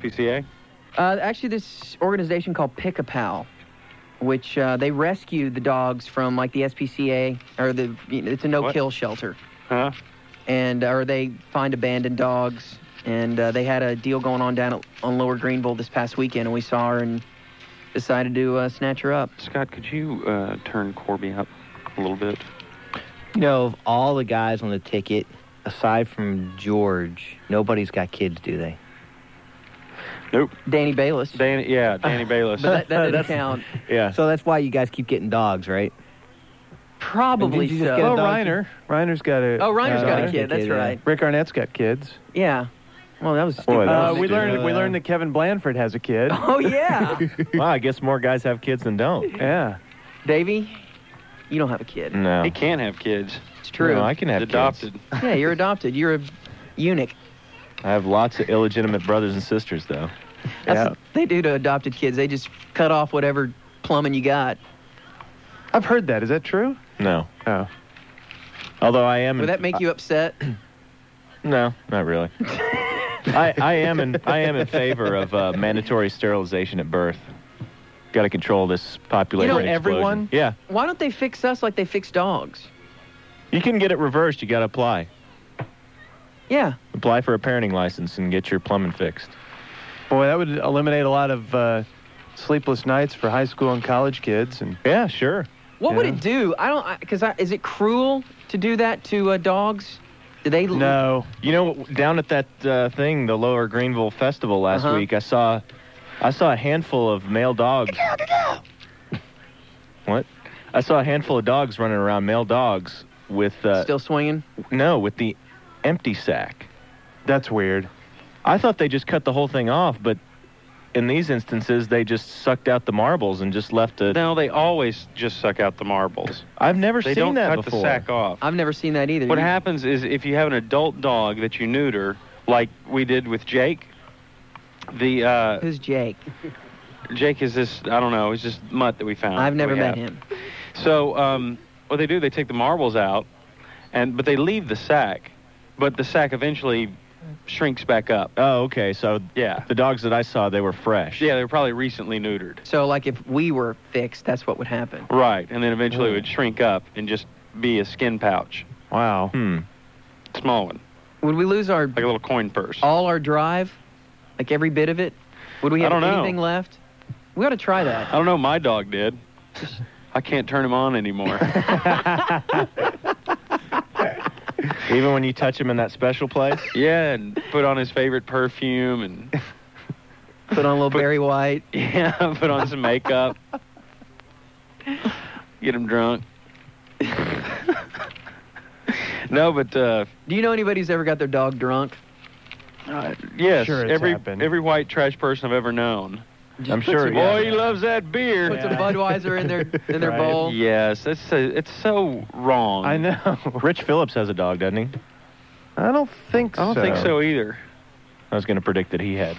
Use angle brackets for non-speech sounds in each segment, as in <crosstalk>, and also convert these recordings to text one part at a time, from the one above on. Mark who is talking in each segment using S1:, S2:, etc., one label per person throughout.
S1: PCA?
S2: Uh, actually, this organization called Pick a Pal, which uh, they rescued the dogs from like the SPCA or the you know, it's a no kill shelter,
S1: Huh?
S2: and uh, or they find abandoned dogs. And uh, they had a deal going on down at, on Lower Greenville this past weekend, and we saw her and decided to uh, snatch her up.
S1: Scott, could you uh, turn Corby up a little bit?
S3: You know, of all the guys on the ticket, aside from George, nobody's got kids, do they?
S1: Nope.
S2: Danny Bayless,
S1: Danny,
S2: <laughs>
S1: yeah, Danny Bayless.
S2: but that, that didn't
S3: That's-
S2: count.
S1: yeah.
S3: So that's why you guys keep getting dogs, right?
S2: Probably
S4: Did you just
S2: so.
S4: get a
S5: Oh,
S4: dog?
S5: Reiner. Reiner's got a.
S2: Oh, Reiner's
S5: Reiner's
S2: got a
S3: Reiner.
S2: kid. That's
S3: Yeah.
S2: right.
S5: Rick Arnett's got kids.
S2: Yeah. Well, that was stupid.
S4: Boy, that
S5: Uh,
S4: was
S5: we
S4: stupid.
S5: learned we learned that Kevin Blandford has a kid.
S2: <laughs> Oh
S5: <laughs>
S2: yeah,
S4: Wow, I guess more guys have kids than don't.
S5: yeah.
S2: Davey, you don't have a kid.
S4: No.
S1: He can have kids.
S2: It's true.
S4: No, I can have
S1: Adopted.
S4: Kids.
S2: Yeah, you're adopted. You're a eunuch.
S4: I have lots of illegitimate brothers and sisters, though.
S2: That's
S5: Yeah.
S2: what they do to adopted kids. They just cut off whatever plumbing you got.
S5: I've heard that. Is that true?
S4: No.
S5: Oh.
S4: Although I am.
S2: Would that make you upset?
S4: No,
S2: <laughs>
S4: not really. I, I am in I am in favor of uh, mandatory sterilization at birth. Got to control this population.
S5: For
S4: explosion.
S5: everyone?
S4: Yeah,
S2: Why don't they fix us like they fix dogs?
S4: you can get it reversed. You got to apply.
S2: Yeah.
S4: Apply for a parenting license and get your plumbing fixed.
S5: Boy, that would eliminate a lot of uh, sleepless nights for high school and college kids. And
S4: Yeah, sure.
S2: What would
S5: Yeah.
S2: it do? I don't. Because I, is it cruel to do that to uh, dogs? Do they?
S5: no,
S4: You know, down at that uh, thing, the Lower Greenville Festival last
S2: Uh-huh.
S4: week, I saw, I saw a handful of male dogs. what? I saw a handful of dogs running around, male dogs with uh,
S2: Still swinging.
S4: no, with the empty sack.
S5: that's weird.
S4: I thought they just cut the whole thing off, but in these instances, they just sucked out the marbles and just left it.
S1: No, they always just suck out the marbles.
S4: I've never
S1: They
S4: seen
S1: don't
S4: that
S1: cut
S4: before.
S1: the sack off.
S2: I've never seen that either.
S1: What
S2: You-
S1: happens is if you have an adult dog that you neuter, like we did with Jake, the uh,
S2: Who's Jake?
S1: Jake is this I don't know, he's this mutt that we found.
S2: I've never
S1: we
S2: met
S1: have.
S2: him.
S1: So um, what they do, they take the marbles out, and but they leave the sack, but the sack eventually shrinks back up.
S4: Oh, okay. So
S1: Yeah,
S4: the dogs that I saw, they were fresh.
S1: yeah, they were probably recently neutered.
S2: So like, if we were fixed, that's what would happen.
S1: Right, and then eventually it would shrink up and just be a skin pouch,
S5: Wow.
S4: Hmm.
S1: small one,
S2: Would we lose our
S1: like a little coin purse.
S2: all our drive, like every bit of it? Would we
S1: I
S2: have
S1: don't know.
S2: anything left? We ought to try that.
S1: I don't know. My dog did.
S2: <laughs>
S1: I can't turn him on anymore.
S4: Even when you touch them in that special place.
S1: yeah, and put on his favorite perfume and
S2: <laughs> Put on a little
S1: But-
S2: Barry White.
S1: <laughs> yeah, put on some makeup. Get him drunk. <laughs> no, but uh,
S2: Do you know anybody who's ever got their dog drunk?
S1: uh, yes,
S5: Sure it's
S1: every
S5: happened.
S1: every white trash person I've ever known.
S2: Just
S4: I'm
S2: put
S4: sure.
S2: some-
S4: yeah.
S1: Boy, he loves that beer.
S2: Put some
S5: Yeah.
S2: Budweiser in their in
S1: <laughs>
S2: their
S5: Right.
S2: bowl.
S1: Yes, that's so, it's so wrong.
S5: I know.
S4: Rich Phillips has a dog, doesn't he?
S5: I don't think so.
S1: I don't think so either.
S4: I was going to predict that he had.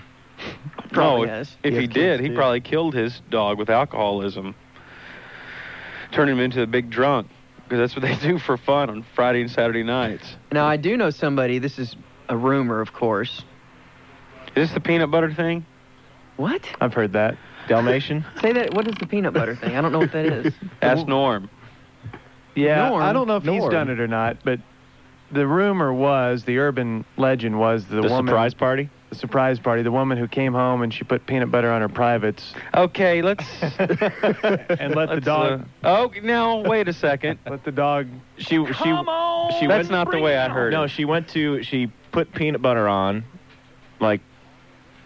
S2: Probably
S1: no,
S2: has.
S1: if
S5: Yeah,
S1: he
S5: kids
S1: did, he
S5: do.
S1: probably killed his dog with alcoholism, turned him into a big drunk. Because that's what they <laughs> do for fun on Friday and Saturday nights.
S2: Now I do know somebody. This is a rumor, of course.
S1: Is this the peanut butter thing?
S2: What?
S5: I've heard that.
S4: Dalmatian?
S2: Say that. What is the peanut butter thing? I don't know what that is.
S1: Ask <laughs> Norm.
S5: Yeah,
S2: Norm-
S5: I don't know if he's
S4: Norm.
S5: done it or not, but the rumor was, the urban legend was the,
S4: the
S5: woman
S4: surprise party?
S5: the surprise party, the woman who came home and she put peanut butter on her privates
S1: Okay, let's.
S5: and let the
S1: let's,
S5: dog
S1: uh, oh, now wait a second.
S5: let the dog
S4: She she she
S1: That's
S4: went
S1: not the way I heard.
S4: No,
S1: it.
S4: she went to she put peanut butter on like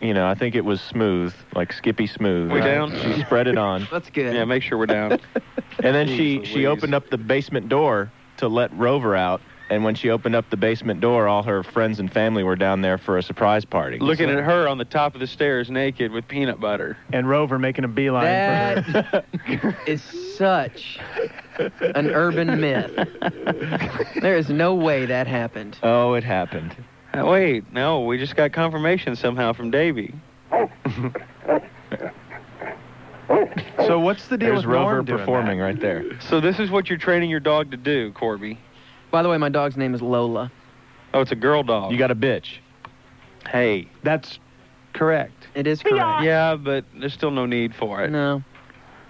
S4: you know, I think it was smooth, like Skippy smooth.
S1: We down?
S4: She spread it
S1: <laughs>
S4: on.
S2: That's good.
S1: Yeah, make sure we're down.
S4: And then she
S1: Jeez
S4: she
S1: Louise.
S4: opened up the basement door to let Rover out. And when she opened up the basement door, all her friends and family were down there for a surprise party.
S1: Looking at her on the top of the stairs, naked with peanut butter.
S5: and Rover making a beeline for her.
S2: that is such an urban myth. There is no way that happened.
S4: Oh, it happened.
S1: Uh, wait, no, we just got confirmation somehow from Davy.
S5: So what's the deal
S4: There's
S5: with
S4: Rover
S5: Norm doing
S4: performing
S5: that?
S4: right there.
S1: So this is what you're training your dog to do, Corby.
S2: By the way, my dog's name is Lola.
S1: Oh, it's a girl dog.
S4: You got a bitch.
S1: hey.
S5: That's correct.
S2: It is correct.
S1: Yeah, but there's still no need for it.
S2: No.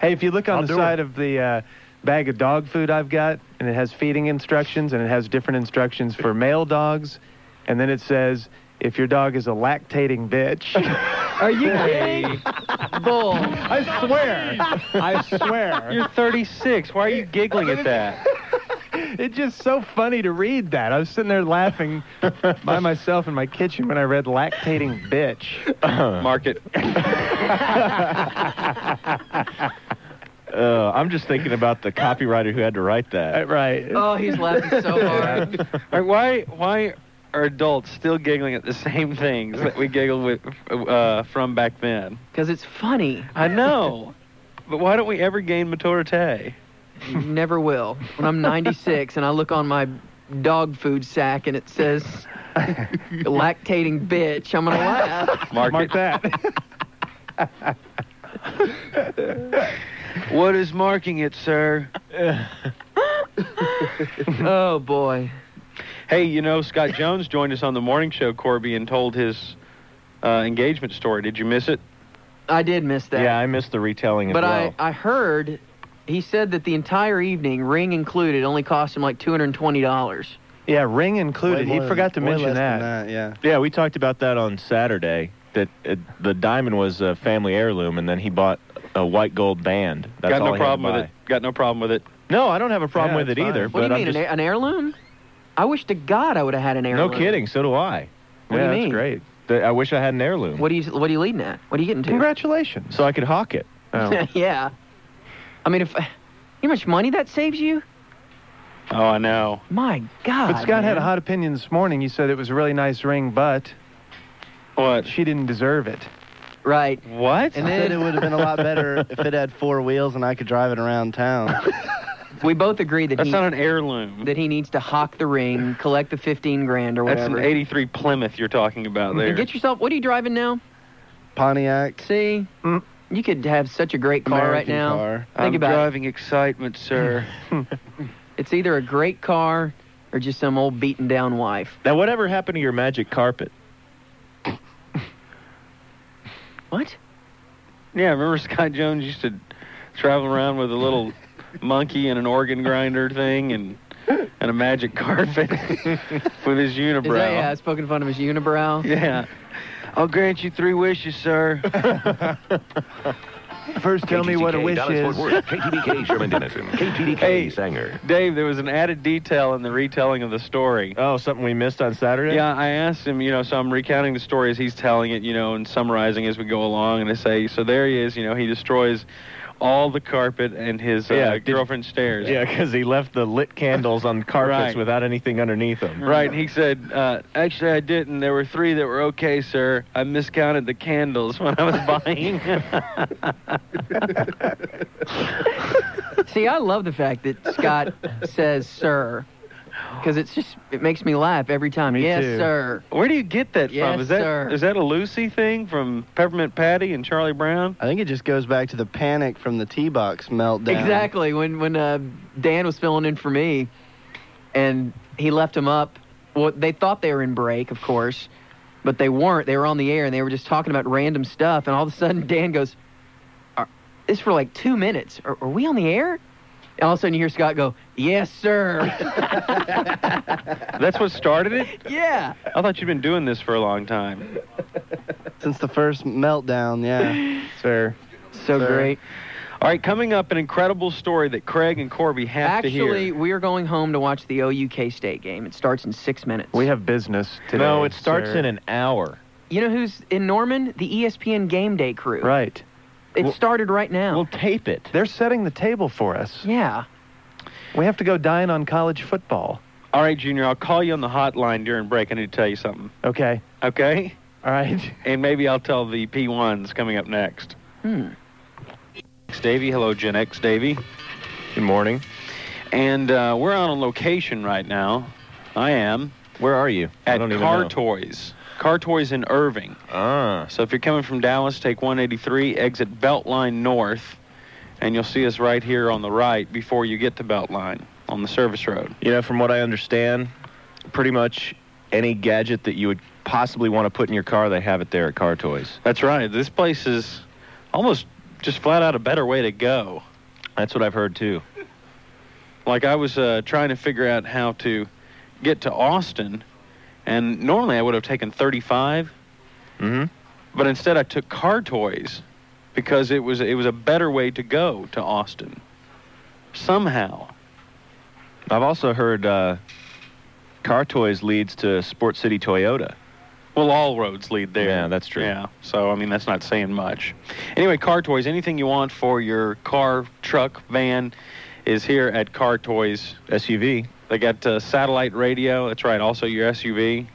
S5: Hey, if you look on
S3: I'll
S5: the
S3: do
S5: side of the uh, bag of dog food I've got, and it has feeding instructions, and it has different instructions for male dogs, and then it says if your dog is a lactating bitch.
S2: <laughs> Are you kidding? Bull.
S5: I swear, I swear,
S1: You're 36. Why are you giggling at
S6: <laughs>
S1: that?
S5: <laughs> it's just so funny to read that. I was sitting there laughing by myself in my kitchen when I read lactating bitch.
S1: <laughs> Mark it.
S4: Uh, I'm just thinking about the copywriter who had to write that.
S5: Right.
S2: Oh, he's laughing so hard.
S1: Like, why? Why are adults still giggling at the same things that we giggled with uh, from back then?
S2: Because it's funny.
S1: I know, but why don't we ever gain maturity?
S2: You never will. When I'm 96 and I look on my dog food sack and it says lactating bitch, I'm going to laugh.
S1: Mark,
S5: Mark
S1: it.
S5: that. <laughs>
S1: <laughs> What is marking it, sir?
S2: Oh, boy.
S1: Hey, you know Scott Jones joined us on the morning show, Corby, and told his uh, engagement story. Did you miss it?
S2: I did miss that.
S4: Yeah, I missed the retelling
S2: But
S4: as
S2: I,
S4: well.
S2: I heard he said that the entire evening, ring included, only cost him like $220.
S5: Yeah, ring
S7: Way
S5: included. He
S7: more-
S5: forgot to
S7: way
S5: mention
S7: less
S5: that.
S7: than Yeah.
S4: yeah, we talked about that on Saturday. That uh the diamond was a family heirloom, and then he bought a white gold band. That's
S1: Got
S4: all
S1: no
S4: he had to
S1: problem with
S4: buy.
S1: it. Got no problem with it.
S4: No, I don't have a problem
S5: Yeah,
S4: with it
S5: it's fine.
S4: either.
S5: What
S2: What do
S4: but
S2: you
S4: I'm
S2: mean,
S4: just,
S2: an, an heirloom? I wish to God I would have had an
S4: no
S2: heirloom.
S4: kidding. So do I.
S2: What
S5: yeah,
S2: do you mean?
S5: that's great.
S4: Th- I wish I had an heirloom
S2: What are you What are you leading at? What are you getting to? <laughs>
S5: Congratulations.
S4: so I could hawk it.
S5: Oh.
S2: yeah. I mean, if you know how much money that saves you?
S1: Oh, I know.
S2: My God.
S5: But Scott had
S2: man.
S5: a hot opinion this morning. You said it was a really nice ring, but
S1: What?
S5: she didn't deserve it.
S2: Right.
S1: What?
S2: And
S7: I said
S2: then
S7: it would have been a lot <laughs>
S2: <laughs>
S7: better if it had four wheels and I could drive it around town.
S2: we both agree that
S1: That's
S2: he,
S1: not an heirloom.
S2: that he needs to hawk the ring, collect the 15 grand or
S1: That's
S2: whatever.
S1: an '83 Plymouth you're talking about there.
S2: And get yourself, what are you driving now?
S7: Pontiac.
S2: See?
S5: Mm.
S2: You could have such a great car right
S7: American
S2: now.
S7: car.
S2: Think about it. <laughs>
S1: excitement, sir.
S2: It's either a great car or just some old beaten down wife.
S4: Now, whatever happened to your magic carpet?
S2: What?
S1: yeah, remember Scott Jones used to travel around with a little monkey and an organ grinder thing and and a magic carpet with his
S2: Is that, yeah,
S1: unibrow.
S2: it's poking fun of his unibrow.
S1: <laughs> yeah. I'll grant you three wishes, sir.
S5: First, tell me what a
S8: KTZK,
S5: wish
S8: Dallas, Fort
S5: is.
S8: Worth, KTBK, Sherman
S5: <laughs>
S8: Denison, KTDK,
S1: Hey.
S8: Sanger.
S1: Dave, there was an added detail in the retelling of the story.
S4: Oh, something we missed on Saturday?
S1: Yeah, I asked him, you know, so I'm recounting the story as he's telling it, you know, and summarizing as we go along. And I say, so there he is, you know, he destroys all the carpet and his uh,
S4: Yeah, did-
S1: girlfriend
S4: <laughs>
S1: stares.
S4: Yeah, because he left the lit candles on carpets
S1: Right.
S4: without anything underneath
S2: Mm-hmm.
S4: them.
S1: Right, and he said, uh, actually, I didn't. There were three that were okay, sir. I miscounted the candles <laughs> when I was buying.
S2: <laughs> See, I love the fact that Scott says "sir" because it's just it makes me laugh every time. yes,
S5: too.
S2: sir.
S1: Where do you get
S2: <laughs>
S1: that
S2: Yes,
S1: from? Is that is
S2: sir.
S1: that a Lucy thing from Peppermint Patty and Charlie Brown?
S7: I think it just goes back to the panic from the T box meltdown.
S2: Exactly. When when uh, Dan was filling in for me, and he left him up. Well, they thought they were in break, of course, but they weren't. They were on the air and they were just talking about random stuff. And all of a sudden, Dan goes, "Are- "This for like two minutes. Are, are we on the air?" And all of a sudden, you hear Scott go, "Yes,
S5: <laughs>
S2: sir."
S1: <laughs> That's what started it.
S2: yeah.
S1: I thought you'd been doing this for a long time.
S7: Since the first meltdown, yeah.
S2: <laughs>
S5: Sir.
S2: So
S7: Sir.
S2: great.
S1: All right, coming up, an incredible story that Craig and Corby have to
S2: Actually,
S1: hear.
S2: we are going home to watch the OUK State game. It starts in six minutes.
S5: We have business today.
S4: No, it starts
S5: sir.
S4: in an hour.
S2: you know who's in Norman? The E ESPN Game Day crew.
S5: Right.
S2: It
S4: Well-
S2: started right now.
S4: We'll tape it.
S5: They're setting the table for us.
S2: yeah.
S5: We have to go dine on college football.
S1: All right, Junior, I'll call you on the hotline during break. I need to tell you something.
S5: Okay.
S2: <laughs>
S1: Okay?
S5: All right.
S1: And maybe I'll tell the P1s coming up next.
S2: Hmm.
S1: Davey, hello, Gen X Davey.
S4: Good morning.
S1: And uh, we're out on location right now. I am
S4: Where are you? I
S1: at
S4: don't even
S1: Car
S4: know.
S1: Toys. Car Toys in Irving.
S4: Ah.
S1: So if you're coming from Dallas, take 183, exit Beltline North, and you'll see us right here on the right before you get to Beltline on the service road.
S4: You know, from what I understand, pretty much any gadget that you would possibly want to put in your car, they have it there at Car Toys.
S1: That's right. This place is almost just flat out a better way to go.
S4: That's what I've heard too.
S1: Like I was uh, trying to figure out how to get to Austin, and normally I would have taken 35,
S4: Mm-hmm.
S1: but instead I took car toys because it was it was a better way to go to Austin. Somehow.
S4: I've also heard uh, Car Toys leads to Sport City Toyota.
S1: Well, all roads lead there.
S4: Yeah, that's true.
S1: Yeah, so I mean that's not saying much. Anyway, Car Toys, anything you want for your car, truck, van, is here at Car Toys.
S4: SUV.
S1: They got uh, satellite radio. That's right. Also your SUV.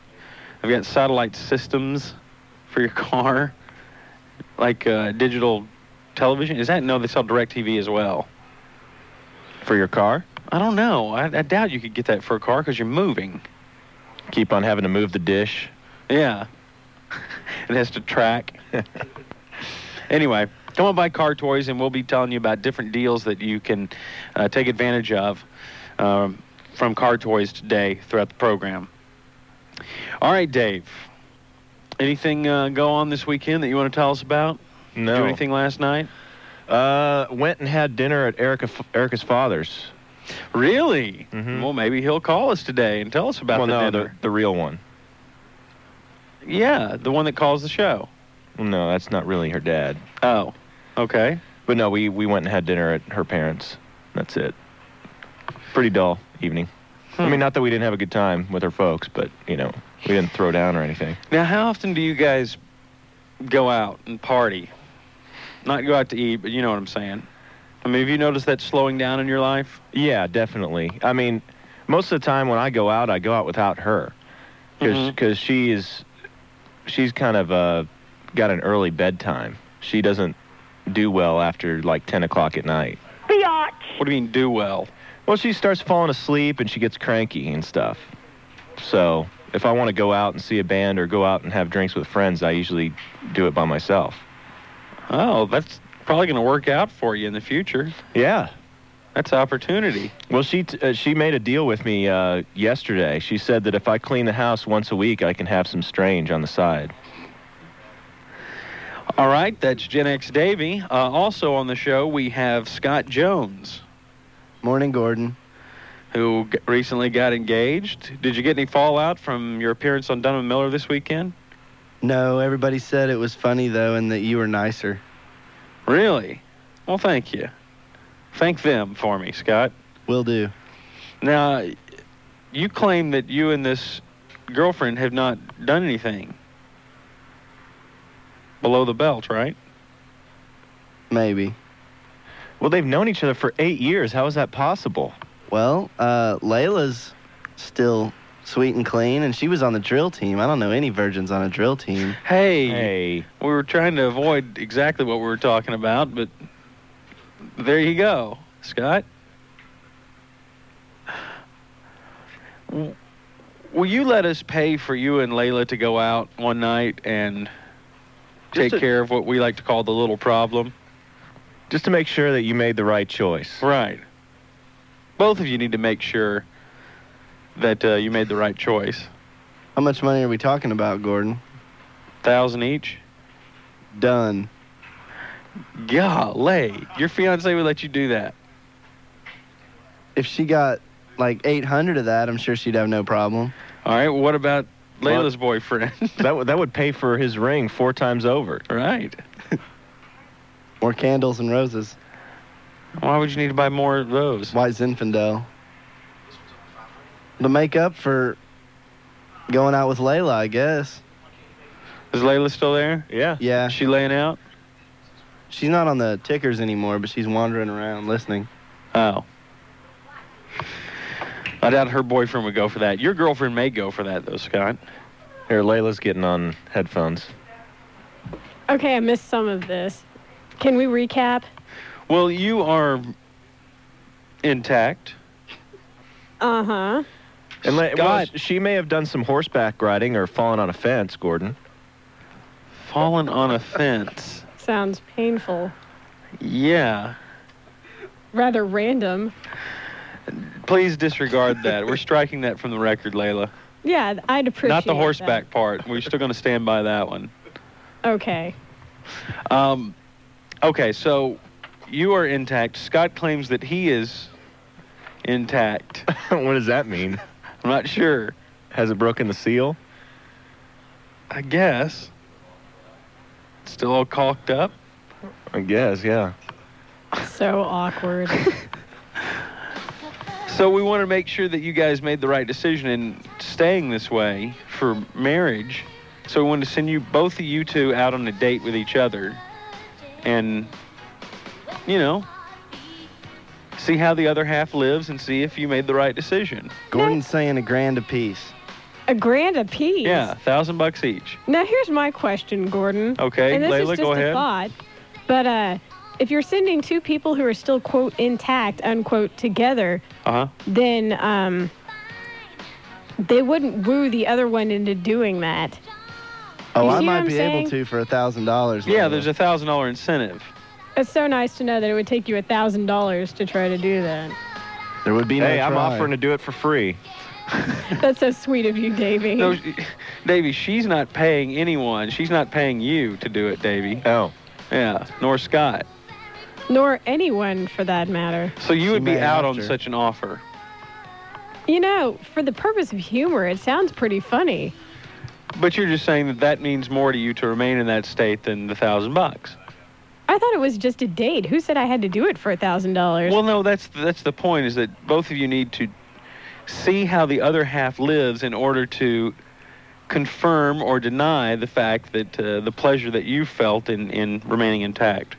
S1: I've got satellite systems for your <laughs> car, like uh, digital television. Is that no? They sell Direct TV as well.
S4: For your car?
S1: I don't know. I, I doubt you could get that for a car because you're moving.
S4: Keep on having to move the dish.
S1: Yeah. <laughs> it has to track. <laughs> anyway, come on by Car Toys, and we'll be telling you about different deals that you can uh, take advantage of um, from Car Toys today throughout the program. All right, Dave. Anything uh, go on this weekend that you want to tell us about?
S4: No.
S1: Do anything last night?
S4: Uh, went and had dinner at Erica, Erica's father's.
S1: Really?
S4: Mhm.
S1: Well, maybe he'll call us today and tell us about
S4: well,
S1: the
S4: no,
S1: dinner.
S4: The, the real one.
S1: Yeah, the one that calls the show.
S4: Well, No, that's not really her dad.
S1: Oh, okay.
S4: But no, we, we went and had dinner at her parents. That's it. Pretty dull evening.
S1: Hmm.
S4: I mean, not that we didn't have a good time with her folks, but, you know, we didn't throw down or anything.
S1: Now, how often do you guys go out and party? Not go out to eat, but you know what I'm saying. I mean, have you noticed that slowing down in your life?
S4: Yeah, definitely. I mean, most of the time when I go out, I go out without her because
S1: Mhm.
S4: she is she's kind of uh, got an early bedtime. She doesn't do well after like ten o'clock at night.
S1: What do you mean, do well?
S4: Well, she starts falling asleep and she gets cranky and stuff. So if I want to go out and see a band or go out and have drinks with friends, I usually do it by myself.
S1: Oh, that's probably going to work out for you in the future.
S4: Yeah,
S1: That's opportunity.
S4: Well, she t- uh, she made a deal with me uh, yesterday. She said that if I clean the house once a week, I can have some strange on the side.
S1: All right, that's Gen X Davy. Uh, also on the show, we have Scott Jones,
S7: Morning, Gordon.
S1: who g- recently got engaged. Did you get any fallout from your appearance on Dunham and Miller this weekend?
S7: No, everybody said it was funny though, and that you were nicer.
S1: Really? Well, thank you. Thank them for me, Scott.
S7: Will do.
S1: Now, you claim that you and this girlfriend have not done anything below the belt, right?
S7: Maybe.
S4: Well, they've known each other for eight years. How is that possible?
S7: Well, uh, Layla's still sweet and clean, and she was on the drill team. I don't know any virgins on a drill team.
S1: Hey,
S4: Hey,
S1: we were trying to avoid exactly what we were talking about, but there you go, Scott. W- Will you let us pay for you and Layla to go out one night and
S4: Just
S1: take
S4: a-
S1: care of what we like to call the little problem?
S4: just to make sure that you made the right choice.
S1: Right. Both of you need to make sure that uh, you made the right choice.
S7: How much money are we talking about, Gordon?
S1: Thousand each.
S7: Done.
S1: Golly, your fiance would let you do that.
S7: If she got like 800 of that, I'm sure she'd have no problem.
S1: All right. What about
S4: Well-
S1: Layla's boyfriend?
S4: <laughs> That would that would pay for his ring four times over.
S1: right.
S7: More candles and roses.
S1: Why would you need to buy more of those?
S7: White Zinfandel. To make up for going out with Layla, I
S1: <laughs>
S7: guess.
S1: Is Layla still there?
S4: Yeah.
S7: Yeah.
S1: Is she laying out?
S7: She's not on the tickers anymore, but she's wandering around listening.
S1: Oh. I doubt her boyfriend would go for that. Your girlfriend may go for that, though, Scott.
S4: Here, Layla's getting on headphones.
S9: Okay, I missed some of this. Can we recap?
S1: Well, you are intact.
S9: Uh huh.
S4: And Le- well,
S1: Scott.
S4: she may have done some horseback riding or fallen on a fence, Gordon.
S1: Fallen on a fence.
S9: Sounds painful.
S1: Yeah.
S9: Rather random.
S1: Please disregard that. We're striking that from the record, Layla.
S9: Yeah, th- I'd appreciate
S1: Not the
S9: that.
S1: horseback part. We're still going to stand by that one.
S9: Okay.
S1: Um, okay, so you are intact. Scott claims that he is intact.
S4: <laughs> what does that mean?
S1: <laughs> I'm not sure.
S4: Has it broken the seal?
S1: I guess. Still all caulked up.
S4: I guess, yeah.
S1: <laughs>
S9: So awkward.
S1: So we want to make sure that you guys made the right decision in staying this way for marriage. So we wanted to send you both of you two out on a date with each other, and you know, see how the other half lives and see if you made the right decision.
S7: Gordon's saying a grand apiece.
S9: a grand apiece.
S1: Yeah, thousand bucks each.
S9: Now here's my question, Gordon.
S1: Okay,
S9: and this
S1: Layla,
S9: is just
S1: go
S9: a
S1: ahead.
S9: thought, but uh, if you're sending two people who are still quote intact unquote together,
S1: Uh huh.
S9: then um, they wouldn't woo the other one into doing that.
S7: Oh,
S9: You
S7: I
S9: see what
S7: might
S9: I'm
S7: be
S9: saying?
S7: able to for a thousand dollars.
S1: Yeah,
S7: Layla.
S1: there's a thousand dollar incentive.
S9: It's so nice to know that it would take you a thousand dollars to try to do that.
S7: there would be no.
S4: hey, I'm
S7: try.
S4: offering to do it for free.
S9: That's so sweet of you,
S1: <laughs>
S9: Davey.
S1: No, Davy, she's not paying anyone. She's not paying you to do it, Davy.
S4: Oh.
S1: Yeah, nor Scott.
S9: Nor anyone for that matter.
S1: So you would be
S7: may
S1: out
S7: have
S1: on
S7: to.
S1: such an offer.
S9: You know, for the purpose of humor, it sounds pretty funny.
S1: But you're just saying that that means more to you to remain in that state than the thousand bucks.
S9: I thought it was just a date. Who said I had to do it for a thousand dollars?
S1: Well, no, Oh, that's that's the point is that both of you need to see how the other half lives in order to confirm or deny the fact that uh, the pleasure that you felt in in remaining intact.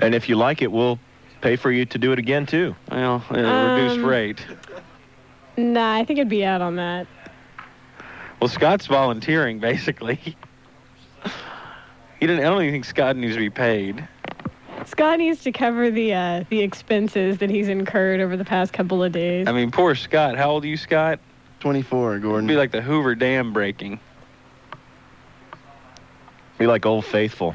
S4: And if you like it, we'll pay for you to do it again, too.
S1: Well, at a reduced
S9: Um,
S1: rate.
S9: Nah, I think I'd be out on that.
S1: Well, Scott's volunteering <laughs> basically. he didn't. I don't even think Scott needs to be paid.
S9: Scott needs to cover the uh, the expenses that he's incurred over the past couple of days.
S1: I mean, poor Scott. How old are you, Scott?
S7: 24, Gordon.
S1: It'd be like the Hoover Dam breaking.
S4: Be like Old Faithful.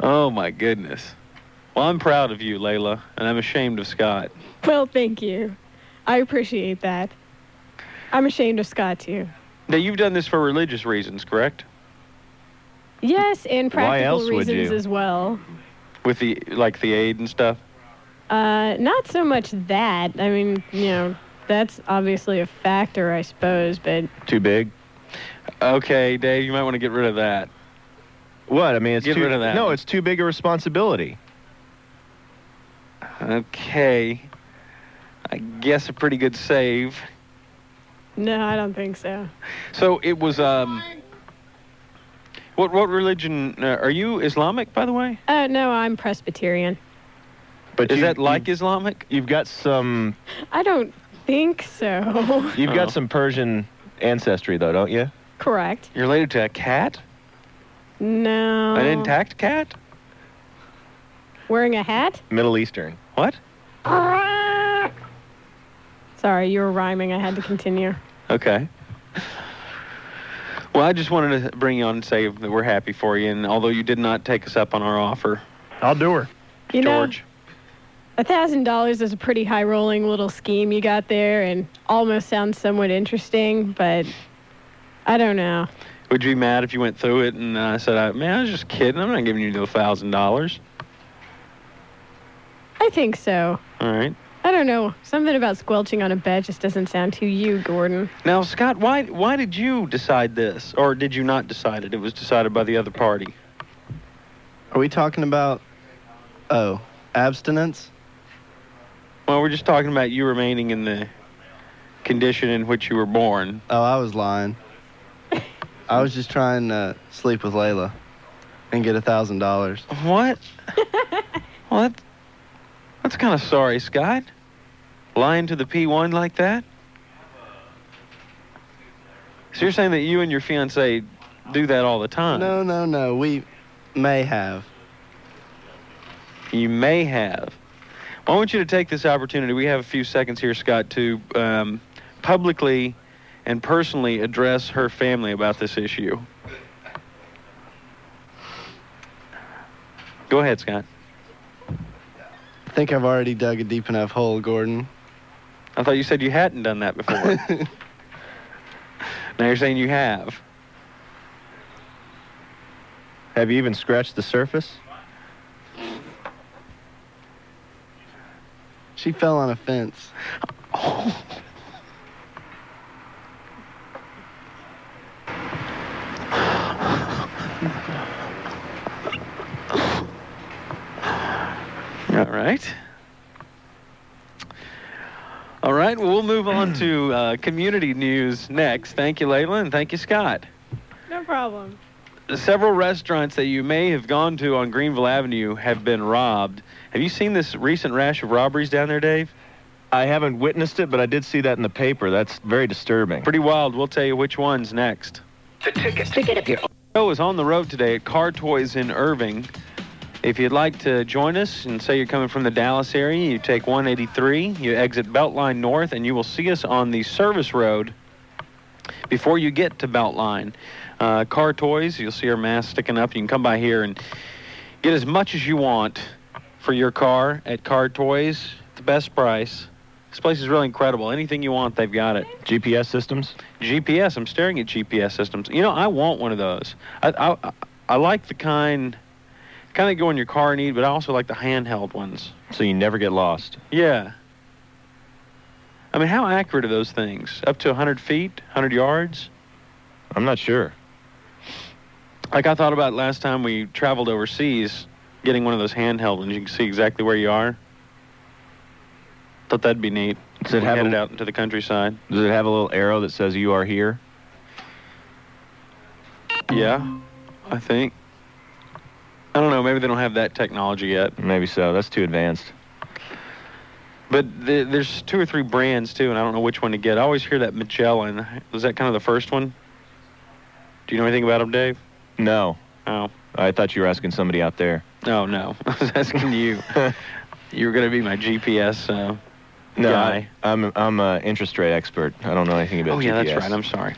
S1: Oh my goodness. Well, I'm proud of you, Layla, and I'm ashamed of Scott.
S9: well, thank you. I appreciate that. I'm ashamed of Scott too.
S1: Now, you've done this for religious reasons, correct?
S9: Yes, and practical
S4: else would
S9: reasons
S4: you?
S9: as well.
S1: With the like the aid and stuff.
S9: Uh, not so much that. I mean, you know, that's obviously a factor, I suppose. But
S4: Too big?
S1: Okay, Dave, you might want to get rid of that.
S4: What? I mean, it's
S1: Get
S4: too,
S1: rid of that
S4: No,
S1: one.
S4: it's too big a responsibility.
S1: Okay. I guess a pretty good save.
S9: no, I don't think so.
S1: So it was um. What what religion uh, are you Islamic, by the way?
S9: Oh no, I'm Presbyterian.
S4: But
S1: Is
S4: you,
S1: that like
S4: you,
S1: Islamic?
S4: You've got some.
S9: I don't think so.
S4: You've got
S1: Oh.
S4: some Persian ancestry, though, don't you?
S9: <laughs> Correct.
S1: You're related to a cat?
S9: No.
S4: Oh.
S1: An intact cat?
S9: Wearing a hat?
S4: Middle Eastern.
S1: What?
S9: Sorry, you were rhyming. I had to continue.
S1: Okay. Well, I just wanted to bring you on and say that we're happy for you, and although you did not take us up on our offer,
S5: I'll do her.
S9: You
S1: George,
S9: know, thousand dollars is a pretty high rolling little scheme you got there, and almost sounds somewhat interesting, but I don't know.
S1: would you be mad if you went through it and I said, I- "Man, I was just kidding. I'm not giving you the thousand dollars."
S9: I think so.
S1: All right.
S9: I don't know. Something about squelching on a bed just doesn't sound to you, Gordon.
S1: Now, Scott, why why did you decide this, or did you not decide it? It was decided by the other party.
S7: Are we talking about? Oh, abstinence.
S1: Well, we're just talking about you remaining in the condition in which you were born.
S7: Oh, I was lying. I was just trying to sleep with Layla and get a thousand dollars.
S1: What? well, that, that's kind of sorry, Scott. Lying to the P1 like that? So you're saying that you and your fiance do that all the time?
S7: No, no, no. We may have.
S1: You may have. Well, I want you to take this opportunity. We have a few seconds here, Scott, to um, publicly and personally address her family about this issue. Go ahead, Scott.
S7: think I've already dug a deep enough hole, Gordon.
S1: I thought you said you hadn't done that before. now you're saying you have.
S3: Have you even scratched the surface?
S7: She fell on a fence.
S1: All right. All right. Well, we'll move on to uh, community news next. Thank you, Layla, and thank you, Scott.
S9: No problem.
S1: Several restaurants that you may have gone to on Greenville Avenue have been robbed. Have you seen this recent rash of robberies down there, Dave?
S4: I haven't witnessed it, but I did see that in the paper. That's very disturbing.
S1: Pretty wild. We'll tell you which one's next. The ticket to get up your. Show is on the road today at Car Toys in Irving. If you'd like to join us and say you're coming from the Dallas area, you take 183, you exit Beltline North, and you will see us on the service road before you get to Beltline. Uh, car Toys, you'll see our mask sticking up. You can come by here and get as much as you want for your car at Car Toys, the best price. This place is really incredible. Anything you want, they've got it.
S4: GPS systems?
S1: GPS. I'm staring at GPS systems. You know, I want one of those. I I, I- I like the kind, kind of go in your car and eat, but I also like the handheld ones.
S4: So you never get lost.
S1: Yeah. I mean, how accurate are those things? Up to 100 feet, 100 yards?
S4: I'm not sure.
S1: Like I thought about last time we traveled overseas, getting one of those handheld ones. You can see exactly where you are. Thought that'd be neat.
S4: Does it
S1: We
S4: have
S1: headed
S4: a-
S1: out into the countryside.
S4: Does it have a little arrow that says you are here?
S1: Yeah, I think. I don't know. Maybe they don't have that technology yet.
S4: Maybe so. That's too advanced.
S1: But th- there's two or three brands too, and I don't know which one to get. I always hear that Magellan. Was that kind of the first one? Do you know anything about them, Dave?
S4: No.
S1: Oh,
S4: I thought you were asking somebody out there.
S1: no, no. <laughs> I was
S4: <laughs>
S1: asking you. you were gonna be my GPS. Uh,
S4: No,
S1: guy.
S4: I, am I'm an Uh, interest rate expert. I don't know anything about
S1: oh yeah,
S4: GPS.
S1: that's right. I'm sorry.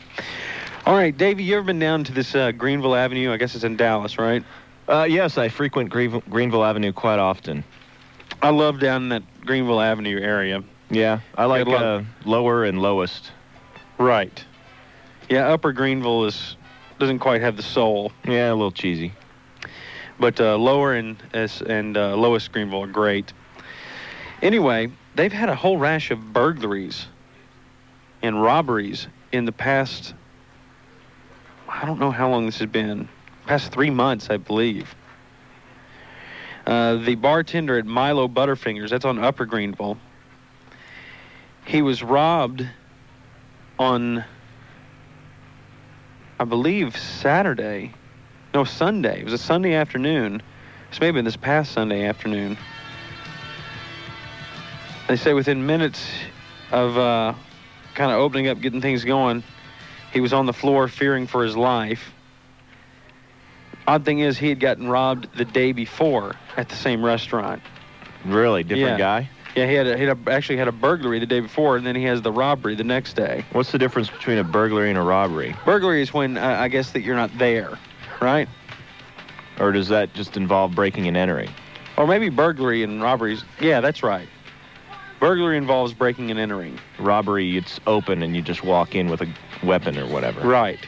S1: All right, Dave, you ever been down to this uh, Greenville Avenue? I guess it's in Dallas, right?
S4: Uh, yes, I frequent Greve- Greenville Avenue quite often.
S1: I love down in that Greenville Avenue area.
S4: Yeah, I like
S1: luck.
S4: uh, lower and lowest.
S1: Right. Yeah, Upper Greenville is doesn't quite have the soul.
S4: Yeah, a little cheesy.
S1: but uh, lower and as- and uh, lowest Greenville are great. Anyway, they've had a whole rash of burglaries and robberies in the past. I don't know how long this has been. Past three months, I believe. Uh, the bartender at Milo Butterfingers, that's on Upper Greenville. He was robbed on, I believe, Saturday. No, Sunday. It was a Sunday afternoon. This may have been this past Sunday afternoon. They say within minutes of uh, kind of opening up, getting things going, he was on the floor fearing for his life. Odd thing is, he had gotten robbed the day before at the same restaurant.
S4: Really
S1: Yeah.
S4: different guy.
S1: Yeah, he had, a, he had a, actually had a burglary the day before, and then he has the robbery the next day.
S4: What's the difference between a burglary and a robbery,
S1: Burglary is when uh, I guess that you're not there, right?
S4: or does that just involve breaking and entering?
S1: Or maybe burglary and robberies. Yeah, that's right. Burglary involves breaking and entering.
S4: Robbery, it's open and you just walk in with a weapon or whatever.
S1: Right.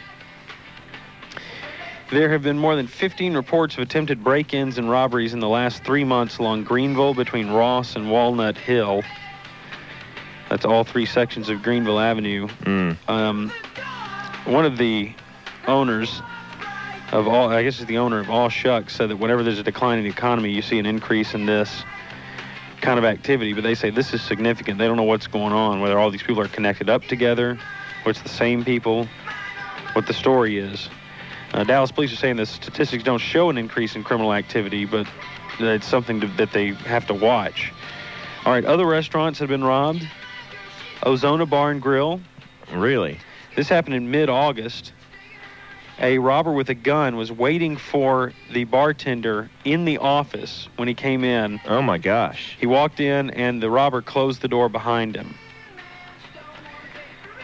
S1: There have been more than 15 reports of attempted break ins and robberies in the last three months along Greenville between Ross and Walnut Hill. That's all three sections of Greenville Avenue.
S4: Mm.
S1: Um, one of the owners of all, I guess it's the owner of All Shucks, said that whenever there's a decline in the economy, you see an increase in this kind of activity. But they say this is significant. They don't know what's going on, whether all these people are connected up together, or it's the same people, what the story is. Uh, Dallas police are saying the statistics don't show an increase in criminal activity, but it's something to, that they have to watch. All right, other restaurants have been robbed. Ozona Bar and Grill,
S4: Really?
S1: this happened in mid August. A robber with a gun was waiting for the bartender in the office when he came in.
S4: Oh my gosh!
S1: He walked in, and the robber closed the door behind him.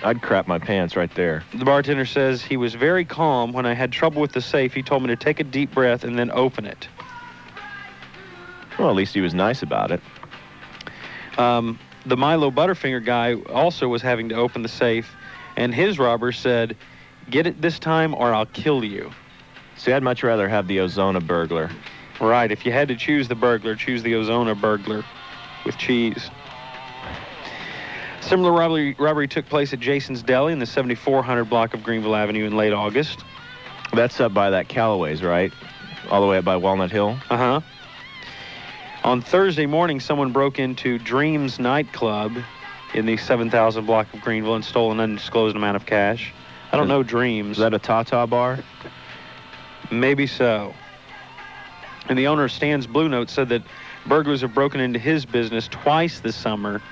S4: I'd crap my pants right there.
S1: The bartender says he was very calm when I had trouble with the safe. He told me to take a deep breath and then open it.
S4: Well, at least he was nice about it.
S1: Um, the Milo Butterfinger guy also was having to open the safe, and his robber said, "Get it this time, or I'll kill you."
S4: See, I'd much rather have the Ozona burglar.
S1: Right. If you had to choose the burglar, choose the Ozona burglar with cheese. Similar robbery, robbery took place at Jason's Deli in the 7400 block of Greenville Avenue in late August.
S4: That's up by that Callaway's, right? All the way up by Walnut Hill.
S1: Uh huh. On Thursday morning, someone broke into Dreams nightclub in the 7000 block of Greenville and stole an undisclosed amount of cash. I don't know Dreams.
S4: Is that a Tata bar?
S1: Maybe so. And the owner of Stan's Blue Note said that burglars have broken into his business twice this summer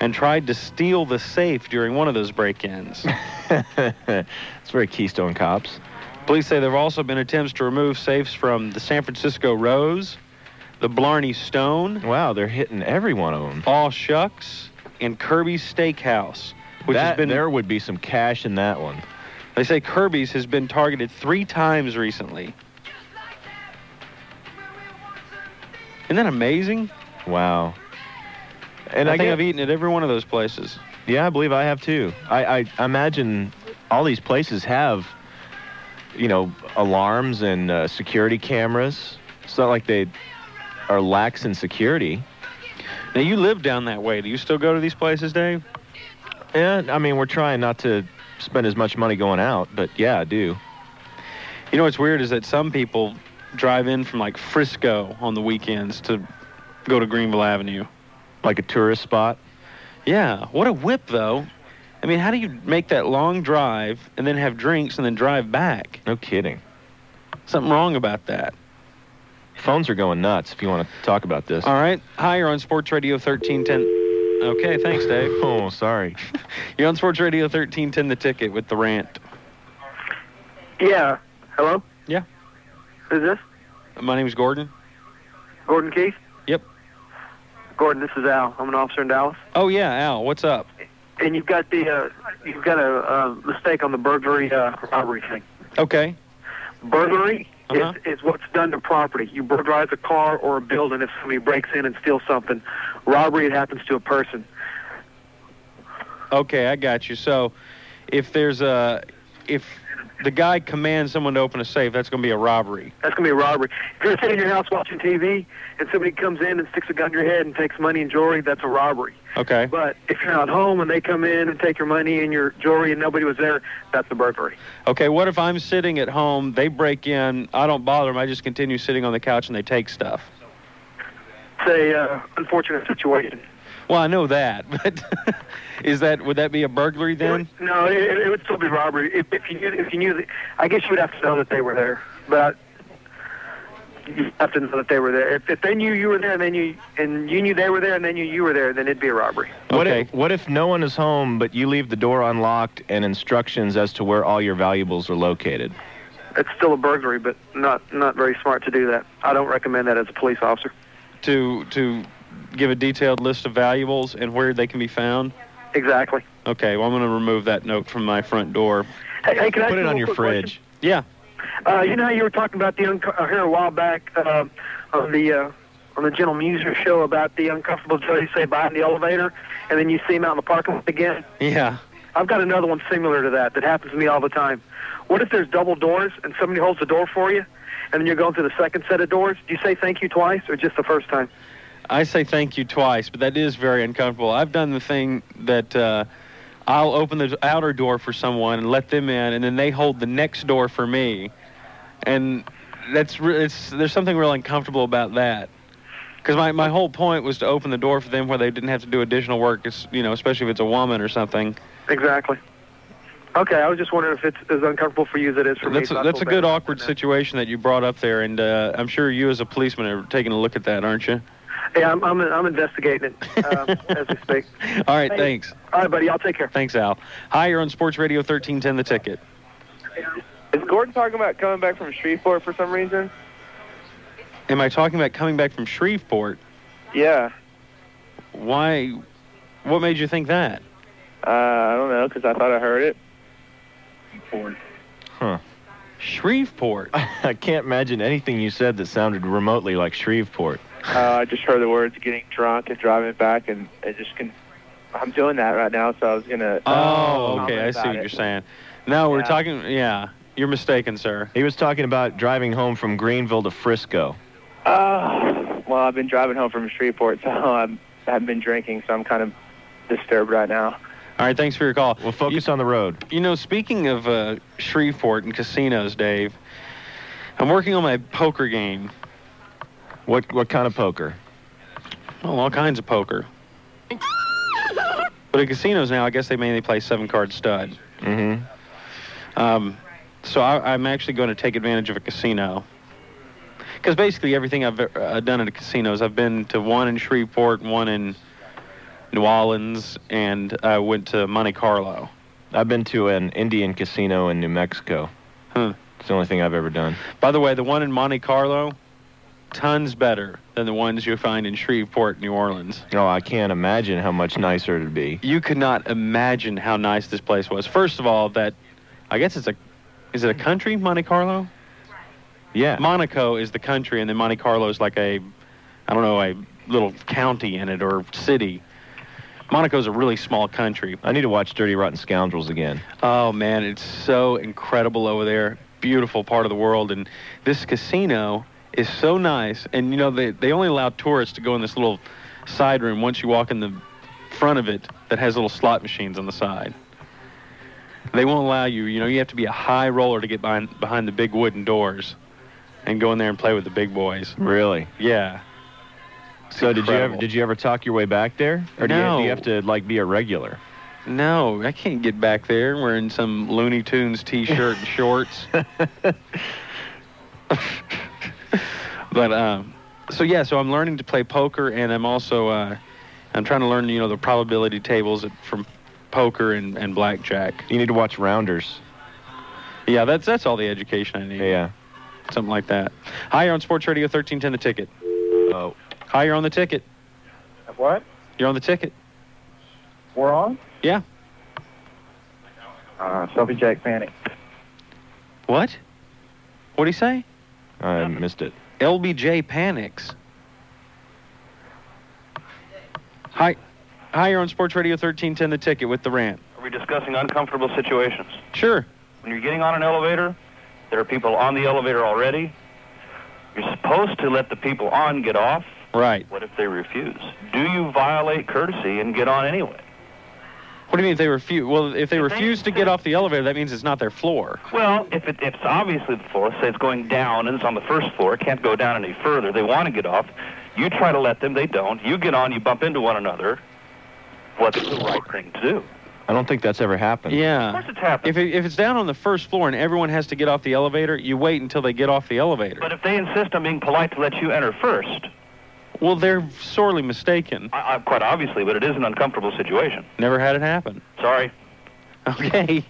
S1: and tried to steal the safe during one of those break ins.
S4: <laughs> it's very Keystone Cops.
S1: Police say there have also been attempts to remove safes from the San Francisco Rose, the Blarney Stone,
S4: Wow, they're hitting every one of them.
S1: All Shucks, and Kirby's Steakhouse, which
S4: that,
S1: has been
S4: there would be some cash in that one.
S1: They say Kirby's has been targeted three times recently. Isn't that amazing?
S4: Wow. And
S1: And I,
S4: I,
S1: think
S4: get-
S1: I've eaten at every one of those places.
S4: Yeah, I believe I have too. I, I imagine all these places have, you know, alarms and uh, security cameras. It's not like they are lax in security.
S1: Now you live down that way. Do you still go to these places, Dave?
S4: Yeah, I mean, we're trying not to spend as much money going out, but yeah, I do.
S1: You know what's weird is that some people drive in from like Frisco on the weekends to go to Greenville Avenue.
S4: Like a tourist spot.
S1: Yeah, what a whip though. I mean, how do you make that long drive and then have drinks and then drive back?
S4: No kidding.
S1: Something wrong about that.
S4: Phones are going nuts if you want to talk about this.
S1: All right. Hi, you're on Sports Radio 1310. Okay, thanks, Dave.
S4: <laughs> Oh, sorry.
S1: <laughs> You're on Sports Radio 1310, the ticket with the rant.
S10: <laughs> Yeah. Hello?
S1: Yeah.
S10: Who's this?
S1: My name's Gordon.
S10: Gordon Keith?
S1: Yep.
S10: Gordon, this is Al. I'm an officer in Dallas.
S1: Oh, yeah, Al, what's up?
S10: And you've got the uh, you've got a uh, mistake on the burglary uh, robbery thing.
S1: Okay.
S10: Burglary
S1: Uh-huh.
S10: is, is what's done to property. You burglarize a car or a building if somebody breaks in and steals something. Robbery it happens to a person.
S1: Okay, I got you. So if there's a, if the guy commands someone to open a safe, that's going to be a robbery.
S10: That's gonna be a robbery. If you're sitting in your house watching TV and somebody comes in and sticks a gun to your head and takes money and jewelry, that's a robbery.
S1: Okay.
S10: But if you're not home and they come in and take your money and your jewelry and nobody was there, that's a burglary.
S1: Okay, what if I'm sitting at home, they break in, I don't bother them, I just continue sitting on the couch and they take stuff?
S10: It's a uh, unfortunate situation.
S1: Well, I know that, <laughs> but is that, would that be a burglary
S10: It
S1: then?
S10: would- no, it, it would still be robbery. If, if you knew, if you knew, the, I guess you would have to know that they were there. But you have to know that they were there. If, if they knew you were there, and then you and you knew they were there, and then you you were there, then it'd be a robbery.
S4: What,
S1: Okay.
S4: if, what if no one is home, but you leave the door unlocked and instructions as to where all your valuables are located?
S10: It's still a burglary, but not not very smart to do that. I don't recommend that as a police officer.
S1: to to give a detailed list of valuables and where they can be found.
S10: Exactly.
S1: Okay, well I'm going to remove that note from my front door.
S10: Hey, hey can I ask
S4: Put it
S10: you
S4: on
S10: a
S4: your
S10: quick
S4: fridge.
S1: Yeah.
S10: question? Uh, you know, how you were talking about the unco- uh, here a while back uh, on the uh, on the Gentle Muser show about the uncomfortable Joe say behind the elevator, and then you see him out in the parking lot again.
S1: Yeah.
S10: I've got another one similar to that that happens to me all the time. What if there's double doors and somebody holds the door for you, and then you're going through the second set of doors? Do you say thank you twice or just the first time?
S1: I say thank you twice, but that is very uncomfortable. I've done the thing that uh, I'll open the outer door for someone and let them in, and then they hold the next door for me, and that's re- it's there's something real uncomfortable about that. Because my, my whole point was to open the door for them where they didn't have to do additional work, es- you know, especially if it's a woman or something.
S10: Exactly. Okay, I was just wondering if it's as uncomfortable for you as it is for
S1: That's
S10: me. so
S1: a,
S10: I
S1: that's a
S10: feel
S1: good
S10: bad.
S1: awkward situation that you brought up there, and uh, I'm sure you as a policeman are taking a look at that, aren't you? <laughs>
S10: Yeah, I'm, I'm, I'm investigating it um, as we speak.
S1: All right,
S10: Thanks.
S1: thanks.
S10: All right, buddy, I'll take care.
S1: Thanks, Al. Hi, you're on Sports Radio 1310 The Ticket.
S11: Is Gordon talking about coming back from Shreveport for some reason?
S1: Am I talking about coming back from Shreveport?
S11: Yeah.
S1: Why? What made you think that?
S11: Uh, I don't know, 'cause I thought I heard it.
S1: Shreveport.
S4: <laughs> I can't imagine anything you said that sounded remotely like Shreveport.
S11: Uh, I just heard the words getting drunk and driving back, and it just can. I'm doing that right now, so I was gonna. uh,
S1: Oh, okay. I
S11: comment
S1: see
S11: about
S1: what
S11: it.
S1: you're saying. No, we're
S11: Yeah.
S1: talking. Yeah, you're mistaken, sir.
S4: He was talking about driving home from Greenville to Frisco.
S11: Uh, well, I've been driving home from Shreveport, so <laughs> I'm, I haven't been drinking, so I'm kind of disturbed right now.
S1: All right, thanks for your call. Well,
S4: focus on the road.
S1: You know, speaking of uh, Shreveport and casinos, Dave, I'm working on my poker game.
S4: What what kind of poker?
S1: Well, all kinds of poker. But at casinos now, I guess they mainly play seven card stud.
S4: Mm-hmm.
S1: Um, so I, I'm actually going to take advantage of a casino. Because basically everything I've uh, done at a casino is I've been to one in Shreveport, one in New Orleans, and I went to Monte Carlo.
S4: I've been to an Indian casino in New Mexico.
S1: Huh.
S4: It's the only thing I've ever done.
S1: By the way, the one in Monte Carlo, tons better than the ones you find in Shreveport, New Orleans.
S4: Oh, I can't imagine how much nicer it'd be.
S1: You could not imagine how nice this place was. First of all, that I guess it's a is it a country, Monte Carlo?
S4: Yeah.
S1: Monaco is the country, and then Monte Carlo is like a I don't know a little county in it or city. Monaco's a really small country.
S4: I need to watch Dirty Rotten Scoundrels again.
S1: Oh man, it's so incredible over there. Beautiful part of the world, and this casino is so nice. And you know they they only allow tourists to go in this little side room once you walk in the front of it that has little slot machines on the side. They won't allow you. You know you have to be a high roller to get behind behind the big wooden doors, and go in there and play with the big boys.
S4: Really?
S1: Yeah.
S4: So did you ever
S1: incredible.
S4: did you ever talk your way back there, or do, you, do
S1: No.
S4: you have to like be a regular?
S1: No, I can't get back there wearing some Looney Tunes t-shirt
S4: <laughs>
S1: and shorts. <laughs> but um, so yeah, so I'm learning to play poker, and I'm also uh, I'm trying to learn you know the probability tables from poker and, and blackjack.
S4: You need to watch Rounders.
S1: Yeah, that's that's all the education I need.
S4: Yeah.
S1: something like that. Hi, you're on Sports Radio 1310 The Ticket.
S4: Oh.
S1: Hi, you're on the ticket.
S12: What?
S1: You're on the ticket.
S12: We're on?
S1: Yeah.
S12: Uh, Sophie Jack Fanning.
S1: What? What do you say?
S4: I missed it.
S1: LBJ panics. Hi, hi, you're on Sports Radio 1310 The Ticket with the rant.
S13: Are we discussing uncomfortable situations?
S1: Sure.
S13: When you're getting on an elevator, there are people on the elevator already. You're supposed to let the people on get off.
S1: Right.
S13: What if they refuse? Do you violate courtesy and get on anyway?
S1: What do you mean if they refuse? Well, if they refuse to get off the elevator, that means it's not their floor.
S13: Well, if, it, if it's obviously the floor, say it's going down and it's on the first floor, it can't go down any further, they want to get off, you try to let them, they don't. You get on, you bump into one another. What's the right thing to do?
S4: I don't think that's ever happened.
S1: Yeah.
S13: Of course it's happened.
S1: If, it, if it's down on the first floor and everyone has to get off the elevator, you wait until they get off the elevator.
S13: But if they insist on being polite to let you enter first,
S1: Well, they're sorely mistaken.
S13: I, I, quite obviously, but it is an uncomfortable situation.
S1: Never had it happen.
S13: Sorry.
S1: Okay.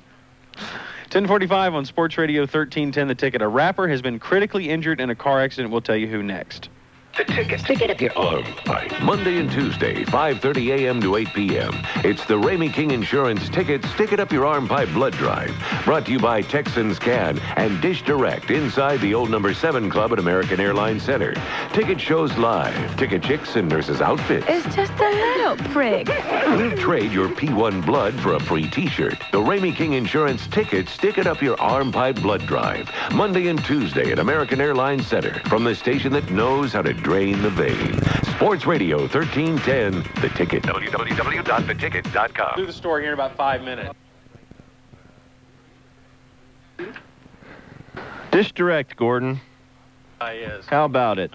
S1: 1045 on Sports Radio 1310 The Ticket. A rapper has been critically injured in a car accident. We'll tell you who next.
S8: The ticket. Get up your arm. Fight. Monday and Tuesday, 5.30 a.m. to 8 p.m. It's the Ramey King Insurance Ticket Stick It Up Your Arm by Blood Drive. Brought to you by Texans Can and Dish Direct inside the old number 7 club at American Airlines Center. Ticket shows live. Ticket chicks and nurses outfits.
S14: It's just a little prick.
S8: We'll trade your P1 blood for a free t-shirt. The Ramey King Insurance tickets stick it up your arm pipe blood drive. Monday and Tuesday at American Airlines Center from the station that knows how to drain the vein. Sports Radio 1310, The Ticket. www.theticket.com.
S1: Do the story here in about five minutes.
S4: Dish Direct, Gordon.
S1: I is.
S4: How about it?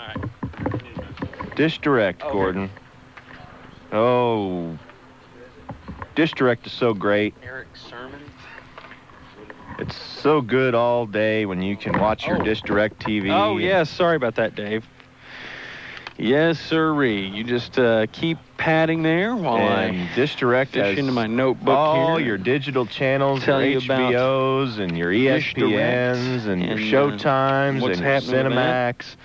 S4: Dish Direct,
S1: Okay.
S4: Gordon. Oh. Dish Direct is so great.
S1: Eric Sermon?
S4: It's so good all day when you can watch your Dish Direct TV.
S1: Oh, yes. Sorry about that, Dave. Yes, sirree. You just uh, keep patting there while I
S4: And Dish Direct
S1: fish
S4: has
S1: into my notebook
S4: all
S1: here.
S4: your digital channels,
S1: Tell you
S4: your
S1: about
S4: HBOs, and your E
S1: Dish Direct
S4: ESPNs, and, your
S1: and, uh,
S4: Showtimes,
S1: what's
S4: and your
S1: happening with that.
S4: Cinemax,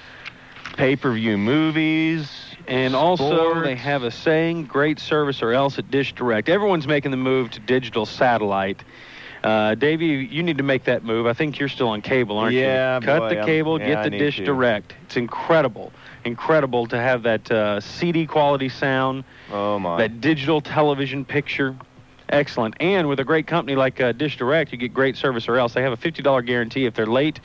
S4: pay-per-view movies,
S1: And also, they
S4: sports.
S1: have a saying great service or else at Dish Direct. Everyone's making the move to digital satellite. Uh, Davey, you need to make that move. I think you're still on cable, aren't
S4: Yeah,
S1: you? Cut
S4: boy,
S1: the
S4: I'm-
S1: cable,
S4: yeah,
S1: get
S4: I
S1: the
S4: need
S1: dish
S4: to.
S1: direct. It's incredible, incredible to have that uh, CD quality sound.
S4: Oh my!
S1: That digital television picture. Excellent. And with a great company like uh, Dish Direct, you get great service or else. They have a $50 guarantee if they're late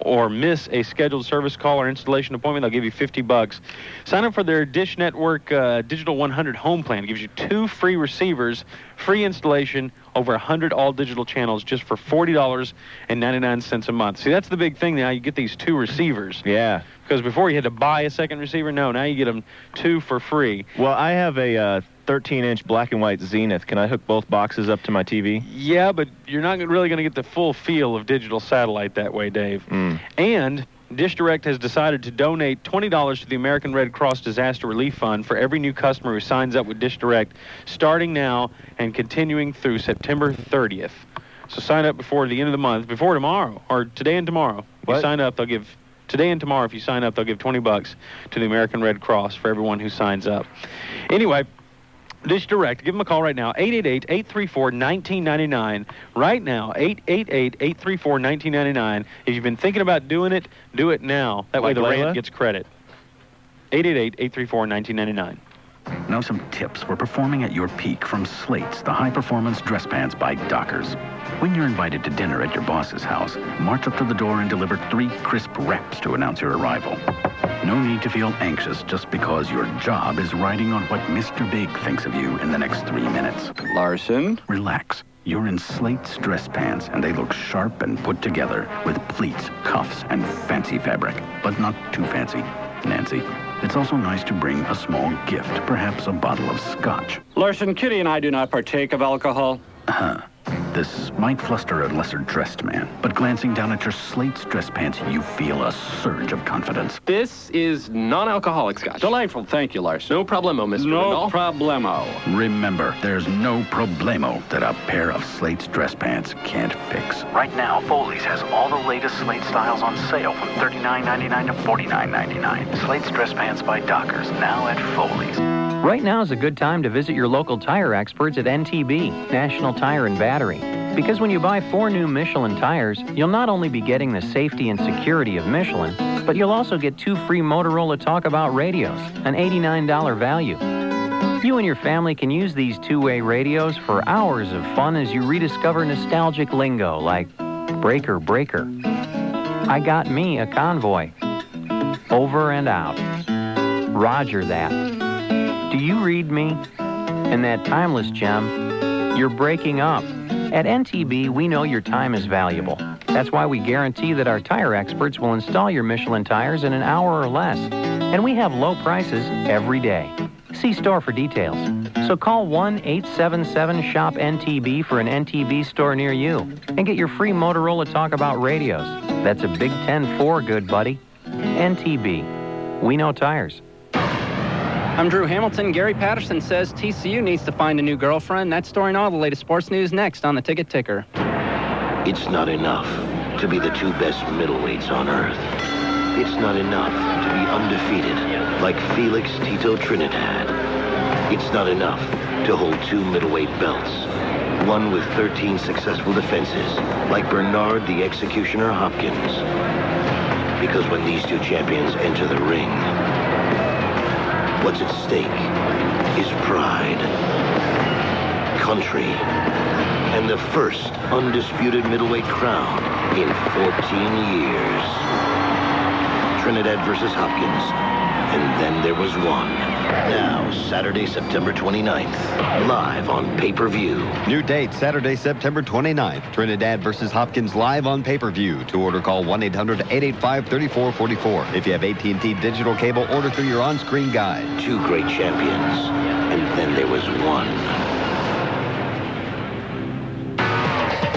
S1: or miss a scheduled service call or installation appointment, they'll give you 50 bucks. Sign up for their Dish Network uh, Digital 100 home plan. It gives you two free receivers, free installation, over 100 all digital channels just for $40.99 a month. See, that's the big thing now. You get these two receivers.
S4: Yeah.
S1: Because before you had to buy a second receiver, no, now you get them two for free.
S4: Well, I have a uh, 13-inch black and white Zenith. Can I hook both boxes up to my TV?
S1: Yeah, but you're not really going to get the full feel of digital satellite that way, Dave.
S4: Mm.
S1: And Dish Direct has decided to donate $20 to the American Red Cross Disaster Relief Fund for every new customer who signs up with Dish Direct starting now and continuing through September 30th. So sign up before the end of the month, before tomorrow, or today and tomorrow. If you
S4: What?
S1: sign up, they'll give today and tomorrow if you sign up, they'll give 20 bucks to the American Red Cross for everyone who signs up. Anyway, Dish Direct. Give them a call right now. 888-834-1999. Right now, 888-834-1999. If you've been thinking about doing it, do it now. That way the
S15: Like Layla?
S1: rant gets credit. 888-834-1999.
S15: Now, some tips for performing at your peak from Slates, the high performance dress pants by Dockers. When you're invited to dinner at your boss's house, march up to the door and deliver three crisp reps to announce your arrival. No need to feel anxious just because your job is riding on what Mr. Big thinks of you in the next three minutes. Larson? Relax. You're in Slate's dress pants, and they look sharp and put together with pleats, cuffs, and fancy fabric, but not too fancy. Nancy, it's also nice to bring a small gift, perhaps a bottle of scotch.
S16: Larson, Kitty and I do not partake of alcohol.
S15: Huh. This might fluster a lesser dressed man, but glancing down at your Slate's dress pants, you feel a surge of confidence.
S16: This is non-alcoholic scotch. Delightful. Thank you, Larson. No problemo, Mr. No problemo.
S15: Remember, there's no problemo that a pair of Slate's dress pants can't fix. Right now, Foley's has all the latest Slate styles on sale from $39.99 to $49.99. Slate's dress pants by Dockers, now at Foley's.
S17: Right now is a good time to visit your local tire experts at NTB, National Tire and Battery. Because when you buy four new Michelin tires, you'll not only be getting the safety and security of Michelin, but you'll also get two free Motorola Talk About radios, an $89 value. You and your family can use these two way radios for hours of fun as you rediscover nostalgic lingo like Breaker Breaker, I Got Me a Convoy, Over and Out, Roger That. Do you read me? And that timeless gem, you're breaking up. At NTB, we know your time is valuable. That's why we guarantee that our tire experts will install your Michelin tires in an hour or less. And we have low prices every day. See store for details. So call 1 877 SHOP NTB for an NTB store near you and get your free Motorola Talk About radios. That's a Big Ten 4, good buddy. NTB. We know tires.
S18: I'm Drew Hamilton. Gary Patterson says TCU needs to find a new girlfriend. That story and all the latest sports news next on the Ticket Ticker.
S19: It's not enough to be the two best middleweights on earth. It's not enough to be undefeated like Felix Tito Trinidad. It's not enough to hold two middleweight belts, one with 13 successful defenses like Bernard the Executioner Hopkins. Because when these two champions enter the ring, what's at stake is pride, country, and the first undisputed middleweight crown in 14 years. Trinidad versus Hopkins, and then there was one. Now, Saturday, September 29th, live on pay-per-view.
S20: New date, Saturday, September 29th. Trinidad versus Hopkins live on pay-per-view. To order, call 1-800-885-3444. If you have AT&T digital cable, order through your on-screen guide.
S19: Two great champions, and then there was one.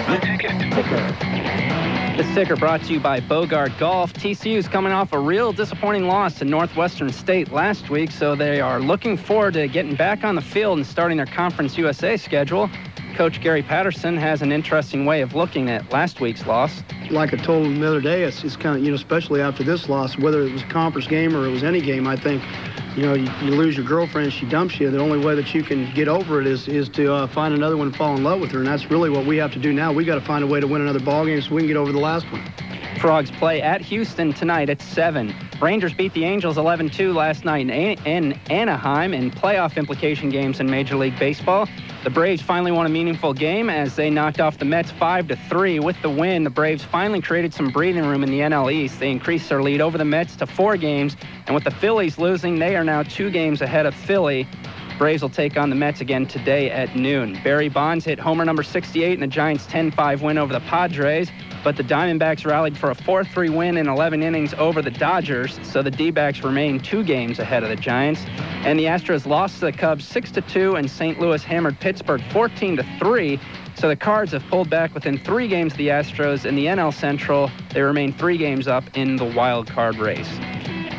S18: The Ticket Ticker. This ticker brought to you by Bogart Golf. TCU's coming off a real disappointing loss to Northwestern State last week, so they are looking forward to getting back on the field and starting their Conference USA schedule. Coach Gary Patterson has an interesting way of looking at last week's loss.
S21: like I told him the other day, it's, it's kind of, you know, especially after this loss, whether it was a conference game or it was any game, I think you know, you, you lose your girlfriend, she dumps you. The only way that you can get over it is is to uh, find another one and fall in love with her. And that's really what we have to do now. We got to find a way to win another ball game so we can get over the last one.
S18: Frogs play at Houston tonight at 7. Rangers beat the Angels 11 2 last night in, An- in Anaheim in playoff implication games in Major League Baseball. The Braves finally won a meaningful game as they knocked off the Mets 5 3. With the win, the Braves finally created some breathing room in the NL East. They increased their lead over the Mets to four games, and with the Phillies losing, they are now two games ahead of Philly. Braves will take on the Mets again today at noon. Barry Bonds hit homer number 68 in the Giants' 10 5 win over the Padres, but the Diamondbacks rallied for a 4 3 win in 11 innings over the Dodgers, so the D backs remain two games ahead of the Giants. And the Astros lost to the Cubs 6 2, and St. Louis hammered Pittsburgh 14 3. So the Cards have pulled back within three games of the Astros in the NL Central. They remain three games up in the wild card race.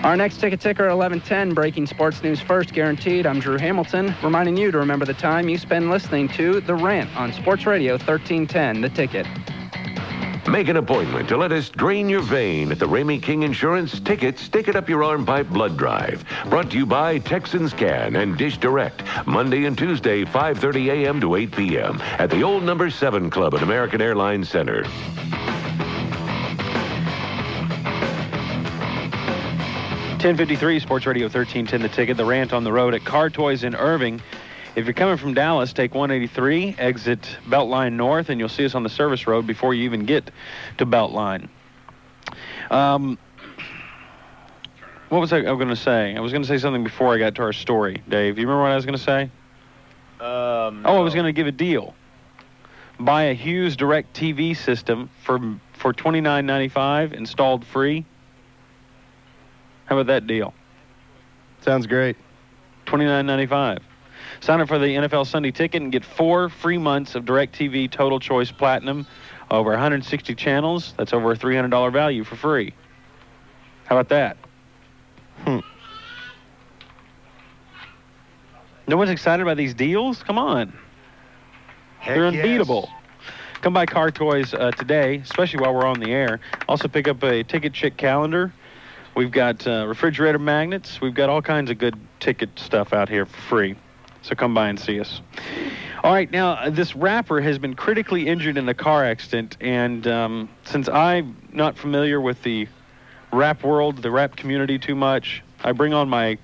S18: Our next ticket ticker at 11:10, breaking sports news first, guaranteed. I'm Drew Hamilton, reminding you to remember the time you spend listening to the Rant on Sports Radio 1310, the ticket.
S8: Make an appointment to let us drain your vein at the Ramey King Insurance Ticket Stick It Up Your Arm Pipe Blood Drive. Brought to you by Texans Can and Dish Direct. Monday and Tuesday, 5.30 a.m. to 8 p.m. at the Old Number 7 Club at American Airlines Center.
S1: Ten fifty three Sports Radio thirteen ten. The ticket. The rant on the road at Car Toys in Irving. If you're coming from Dallas, take 183, exit Beltline North, and you'll see us on the service road before you even get to Beltline. Um, what was I, I going to say? I was going to say something before I got to our story, Dave. You remember what I was going to say?
S4: Um,
S1: Oh, I was going to give a deal. Buy a Hughes Direct TV system for for twenty nine ninety five, installed free. How about that deal?
S7: Sounds great.
S1: Twenty nine ninety five. Sign up for the NFL Sunday ticket and get four free months of DirecTV Total Choice Platinum, over 160 channels. That's over a $300 value for free. How about that?
S7: Hmm.
S1: No one's excited about these deals? Come on. They're unbeatable. Come by Car Toys uh, today, especially while we're on the air. Also, pick up a Ticket Chick calendar. We've got uh, refrigerator magnets. We've got all kinds of good ticket stuff out here for free. So come by and see us. All right, now uh, this rapper has been critically injured in a car accident, and um, since I'm not familiar with the rap world, the rap community too much, I bring on my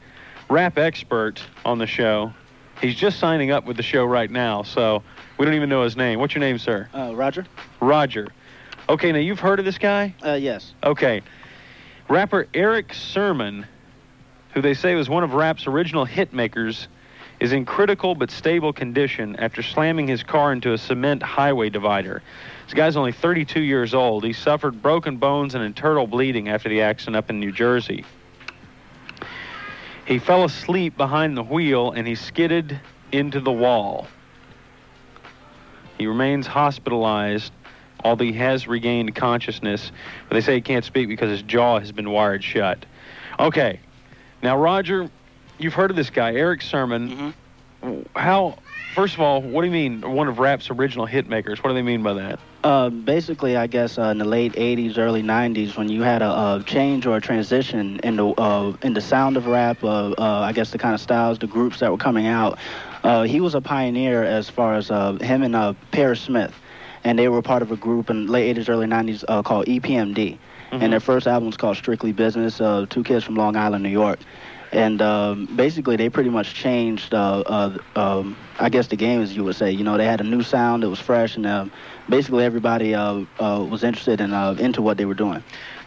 S1: rap expert on the show. He's just signing up with the show right now, so we don't even know his name. What's your name, sir?
S22: Uh, Roger?
S1: Roger. Okay, now you've heard of this guy?
S22: Uh, yes.
S1: Okay. Rapper Eric Sermon, who they say was one of rap's original hit makers, is in critical but stable condition after slamming his car into a cement highway divider. This guy's only 32 years old. He suffered broken bones and internal bleeding after the accident up in New Jersey. He fell asleep behind the wheel and he skidded into the wall. He remains hospitalized, although he has regained consciousness. But they say he can't speak because his jaw has been wired shut. Okay. Now, Roger, you've heard of this guy, Eric Sermon. How, first of all, what do you mean one of rap's original hit makers? What do they mean by that?
S22: Uh, basically, I guess uh, in the late '80s, early '90s, when you had a, uh change or a transition in the uh, in the sound of rap, uh, uh, I guess the kind of styles, the groups that were coming out, uh, he was a pioneer as far as uh, him and uh, Paris Smith, and they were part of a group in late '80s, early '90s uh, called EPMD, and their first album was called Strictly Business. Uh, two kids from Long Island, New York. And um, basically, they pretty much changed, uh, uh, um, I guess, the game, as you would say. You know, they had a new sound that was fresh, and um, basically everybody uh, uh, was interested and uh, into what they were doing.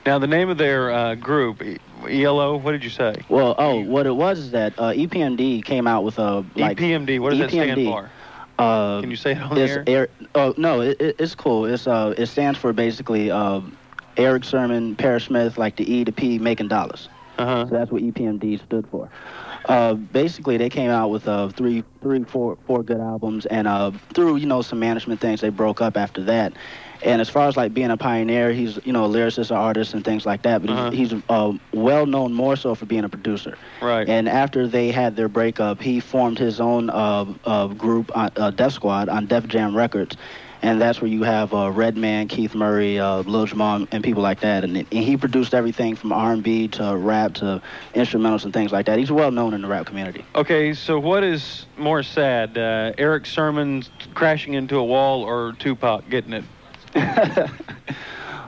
S1: Now, the name of their uh, group, E- Yellow, what did you say?
S22: Well, oh, what it was is that uh, EPMD came out with a
S1: E
S22: like E
S1: EPMD, what does that stand
S22: EPMD,
S1: for?
S22: Uh,
S1: Can you say it <laughs> on the
S22: it's
S1: air?
S22: oh no, it, it, it's cool. It's uh, it stands for basically uh, Eric Sermon, Paris Smith, like the E to P, making dollars.
S1: Uh-huh.
S22: So that's what E EPMD stood for. Uh, basically, they came out with uh, three, three, four, four good albums, and uh, through you know some management things, they broke up after that. And as far as like being a pioneer, he's you know a lyricist, an artist, and things like that. But
S1: Uh-huh.
S22: he's, he's uh, well known more so for being a producer.
S1: Right.
S22: And after they had their breakup, he formed his own uh, uh, group, uh, uh, Def Squad, on Def Jam Records. and that's where you have uh, Redman, Keith Murray, uh, Lil Jamon, and people like that. And, and he produced everything from R&B to rap to instrumentals and things like that. He's well known in the rap community.
S1: Okay, so what is more sad, uh, Eric Sermon crashing into a wall or Tupac getting it?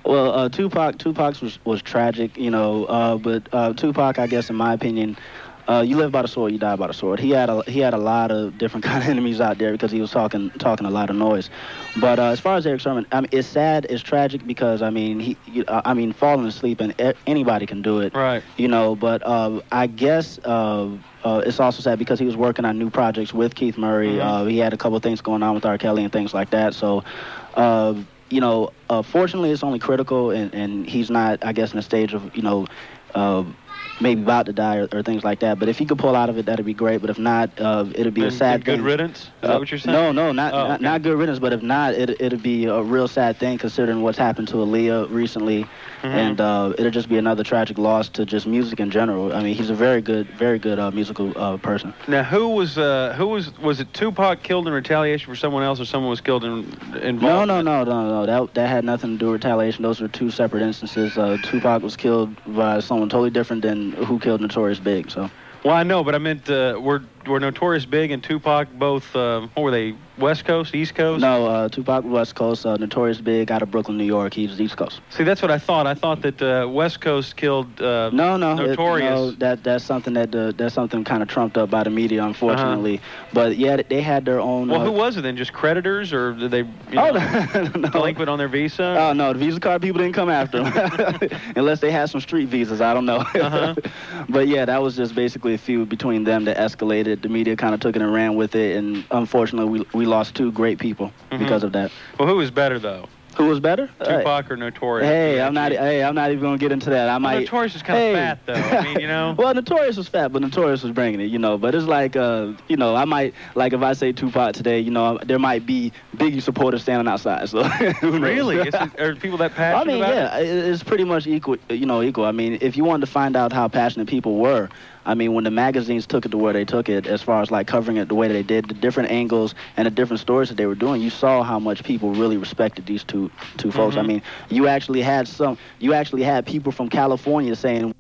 S22: Well, uh, Tupac, Tupac's was, was tragic, you know. Uh, but uh, Tupac, I guess, in my opinion, uh, you live by the sword, you die by the sword. He had a he had a lot of different <laughs> kind of enemies out there because he was talking talking a lot of noise. But uh, as far as Eric Sermon, I mean, it's sad, it's tragic because I mean he, you- uh, I mean falling asleep and e- anybody can do it,
S1: right?
S22: You know. But uh, I guess. Uh, uh, it's also sad because he was working on new projects with Keith Murray.
S1: Mm-hmm.
S22: Uh, he had a couple things going on with R. Kelly and things like that. So, uh, you know, uh, fortunately, it's only critical, and, and he's not, I guess, in a stage of, you know, uh, maybe about to die or, or things like that. But if he could pull out of it, that'd be great. But if not, uh, it'd be a
S1: Then- then
S22: sad
S1: good
S22: thing.
S1: riddance? Is
S22: Uh,
S1: that what you're saying?
S22: No, no, not,
S1: Oh,
S22: not,
S1: okay.
S22: not good riddance. But if not, it, it'd be a real sad thing considering what's happened to Aaliyah recently.
S1: Mm-hmm.
S22: And uh, it'll just be another tragic loss to just music in general. I mean, he's a very good, very good uh, musical uh, person.
S1: Now, who was uh, who was was it Tupac killed in retaliation for someone else, or someone was killed in involved?
S22: No, no, no, no, no. That that had nothing to do with retaliation. Those were two separate instances. Uh, Tupac was killed by someone totally different than who killed Notorious Big. So
S1: Well, I know, but I meant uh, were were Notorious Big and Tupac both uh, what were they? West Coast, East Coast?
S22: no, uh, Tupac was West Coast. Uh, Notorious Big out of Brooklyn, New York. He was East Coast.
S1: See, that's what I thought. I thought that uh, West Coast killed uh,
S22: No, no, it-
S1: Notorious.
S22: no, that that's something that uh, that's something kind of trumped up by the media, unfortunately. But yeah, they had their own.
S1: Uh-huh. well,
S22: uh,
S1: who was it then? Just creditors, or did they you know, <laughs> delinquent on their visa?
S22: Oh no, the Visa card people didn't come after
S1: <laughs>
S22: him, <laughs> unless they had some street visas. I don't know.
S1: Uh-huh.
S22: <laughs> but yeah, that was just basically a feud between them that escalated. The media kind of took it and ran with it, and unfortunately, we we lost two great people
S1: Mm-hmm.
S22: because of that. Uh,
S1: Well, who was better though?
S22: Who was better?
S1: Tupac or Notorious?
S22: Hey, I'm not. e-, Hey, I'm not even gonna get into that. I might.
S1: Notorious is kinda
S22: Hey.
S1: fat, though. I mean, you know.
S22: <laughs> well, Notorious was fat, but Notorious was bringing it, you know. But it's like, uh, you know, I might like if I say Tupac today, you know, there might be Biggie supporters standing outside. So <laughs> who knows?
S1: really?
S22: <laughs>
S1: Is it, are people that
S22: I
S1: passionate
S22: mean,
S1: about
S22: yeah,
S1: it?
S22: it- it's pretty much equal. You know, equal. I mean, if you wanted to find out how passionate people were, I mean, when the magazines took it to where they took it, as far as like covering it the way that they did, the different angles and the different stories that they were doing, you saw how much people really respected these two two folks.
S1: Mm-hmm.
S22: I mean, you actually had some. You actually had people from California
S1: <laughs>
S22: saying.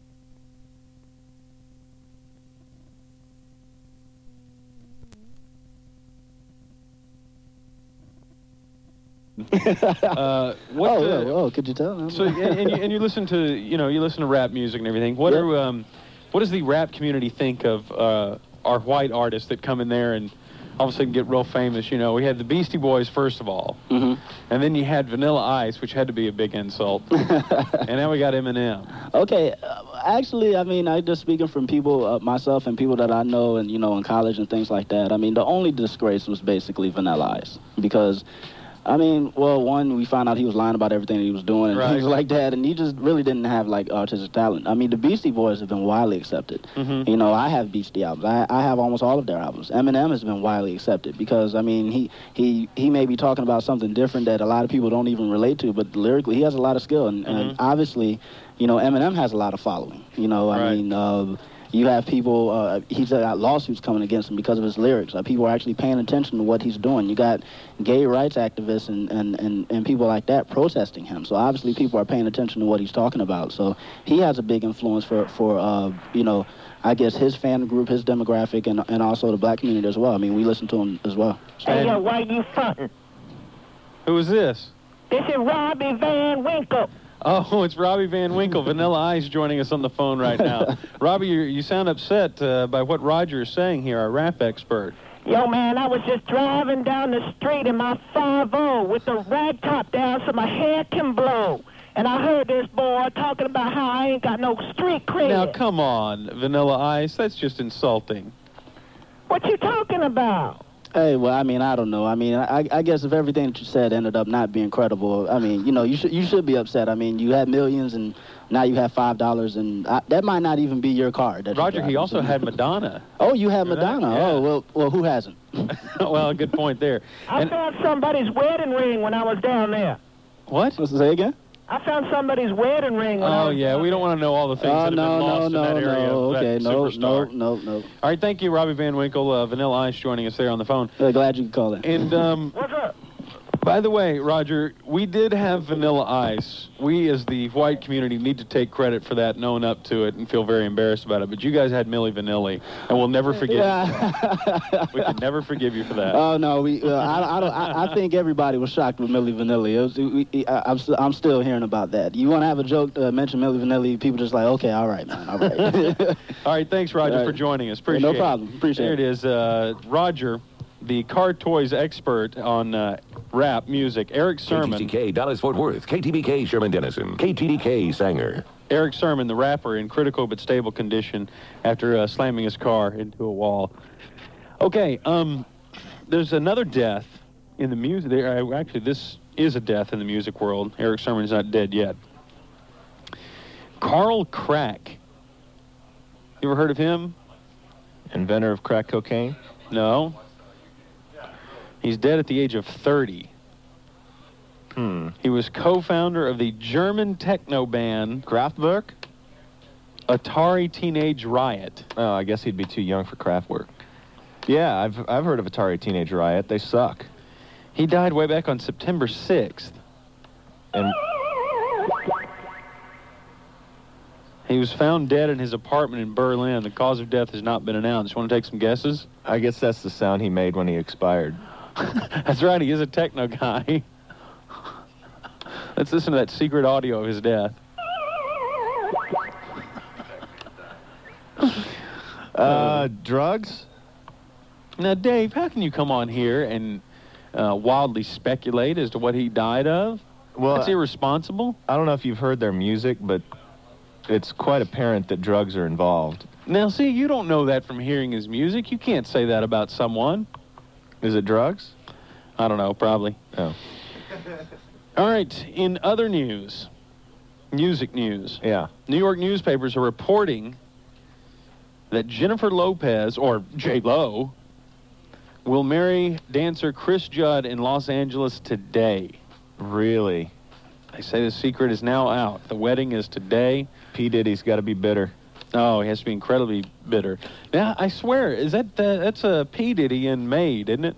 S1: uh, what
S22: oh,
S1: the-
S22: yeah, oh, could you tell? <laughs>
S1: So and, and, you, and you listen to you know you listen to rap music and everything. What
S22: Yep.
S1: do um, what does the rap community think of uh, our white artists that come in there and all of a sudden get real famous? You know, we had the Beastie Boys first of all,
S22: Mm-hmm.
S1: and then you had Vanilla Ice, which had to be a
S22: <laughs>
S1: big insult, and now we got Eminem.
S22: Okay, uh, actually, I mean, I just speaking from people, uh, myself and people that I know, and you know, in college and things like that. I mean, the only disgrace was basically Vanilla Ice because, I mean, well, one, we found out he was lying about everything that he was doing and
S12: Right.
S22: things like that, and he just really didn't have like artistic talent. I mean, the Beastie Boys have been widely accepted.
S1: Mm-hmm.
S6: Mm-hmm.
S22: You know, I have Beastie albums. I, I have almost all of their albums. Eminem has been widely accepted because I mean, he he he may be talking about something different that a lot of people don't even relate to, but lyrically, he has a lot of skill, and, and obviously, you know, Eminem has a lot of following. You know, I mean. Uh, you have people. Uh, he's got lawsuits coming against him because of his lyrics. Uh, people are actually paying attention to what he's doing. You got gay rights activists and, and, and, and people like that protesting him. So obviously people are paying attention to what he's talking about. So he has a big influence for for uh, you know, I guess his fan group, his demographic, and and also the black community as well. I mean, we listen to him as well.
S6: Hey, yo, why you frontin'?
S1: Who is this?
S6: This is Robbie Van Winkle.
S1: Oh, it's Robbie Van Winkle, Vanilla Ice, joining us on the phone
S22: <laughs>
S1: right now. Robbie, you, you sound upset uh, by what Roger is saying here, our rap expert.
S6: Yo, man, I was just driving down the street in my 5 with the rag top down so my hair can blow. And I heard this boy talking about how I ain't got no street cred.
S1: Now, come on, Vanilla Ice, that's just insulting.
S6: what you talking about?
S22: Hey, well, I mean, I don't know. I mean, I, I guess if everything that you said ended up not being credible, I mean, you know, you should you should be upset. I mean, you had millions and now you have five dollars, and I, that might not even be your car. that you
S1: Roger, he
S22: drive.
S1: also had
S22: <laughs>
S1: Madonna.
S22: Oh, you had
S1: Remember that?
S22: Madonna. Oh, well, well, who hasn't?
S1: <laughs> well, good point there.
S6: I found somebody's wedding ring when I was down there.
S1: What?
S22: Say again.
S6: I found somebody's wedding ring when I
S1: Oh
S6: was
S1: yeah, we don't want to know all the things
S22: Oh,
S1: that have
S22: no,
S1: been
S22: no,
S1: lost
S22: no,
S1: in that area.
S22: no.
S1: of that
S22: Okay, no, no,
S1: superstar.
S22: no, no.
S1: All right, thank you, Robbie Van Winkle, uh, Vanilla Ice, joining us there on the phone.
S22: <laughs> Uh, glad you could call in.
S1: And um,
S6: What's up?
S1: By the way, Roger, we did have Vanilla Ice. We, as the white community, need to take credit for that and own up to it and feel very embarrassed about it. But you guys had Millie Vanilli, and we'll never forgive you. we can never forgive you for
S22: <laughs>
S1: that.
S22: Oh no, we. <laughs> Uh, I, I, don't, I, I think everybody was shocked with Millie Vanilli. It was, we, we- I, I'm, st- I'm still hearing about that. You want to have a joke? Uh, mention Millie Vanilli. People just like, okay, all right, man, all right.
S1: <laughs> All right, thanks, Roger,
S22: All right.
S1: for joining us.
S22: Yeah, no
S1: Appreciate it.
S22: problem. Appreciate
S1: there
S22: it.
S1: There it is. Uh, Roger, the car toys expert on uh, rap music, Eric Sermon.
S8: KTTK Dallas Fort Worth, KTBK Sherman Denison, KTDK Sanger.
S1: Eric Sermon, the rapper, in critical but stable condition after uh, slamming his car into a wall. Okay, um, there's another death in the music. There, uh, actually, this is a death in the music world. Eric Sermon's not dead yet. Carl Crack. You ever heard of him? Inventor of crack cocaine? No. He's dead at the age of 30.
S4: Hmm.
S1: He was co-founder of the German techno band Kraftwerk, Atari Teenage Riot.
S4: Oh, I guess he'd be too young for Kraftwerk. Yeah, I've I've heard of Atari Teenage Riot. They suck.
S1: He died way back on September 6th.
S4: And
S1: He was found dead in his apartment in Berlin. The cause of death has not been announced. Want to take some guesses?
S4: I guess that's the sound he made when he expired.
S1: <laughs> That's right. He is a techno guy. <laughs> Let's listen to that secret audio of his death.
S4: Uh, drugs?
S1: Now, Dave, how can you come on here and uh, wildly speculate as to what he died of?
S4: Well,
S1: that's irresponsible.
S4: I don't know if you've heard their music, but it's quite apparent that drugs are involved.
S1: Now, see, you don't know that from hearing his music. You can't say that about someone.
S4: Is it drugs?
S1: I don't know, probably.
S4: Oh.
S1: All right, in other news, music news.
S4: Yeah.
S1: New York newspapers are reporting that Jennifer Lopez, or J Lo, will marry dancer Chris Judd in Los Angeles today.
S4: Really?
S1: They say the secret is now out. The wedding is today.
S4: P. Diddy's got to be bitter.
S1: Oh, he has to be incredibly bitter. Now, I swear, is that uh, that's a P Diddy in Maid, isn't it?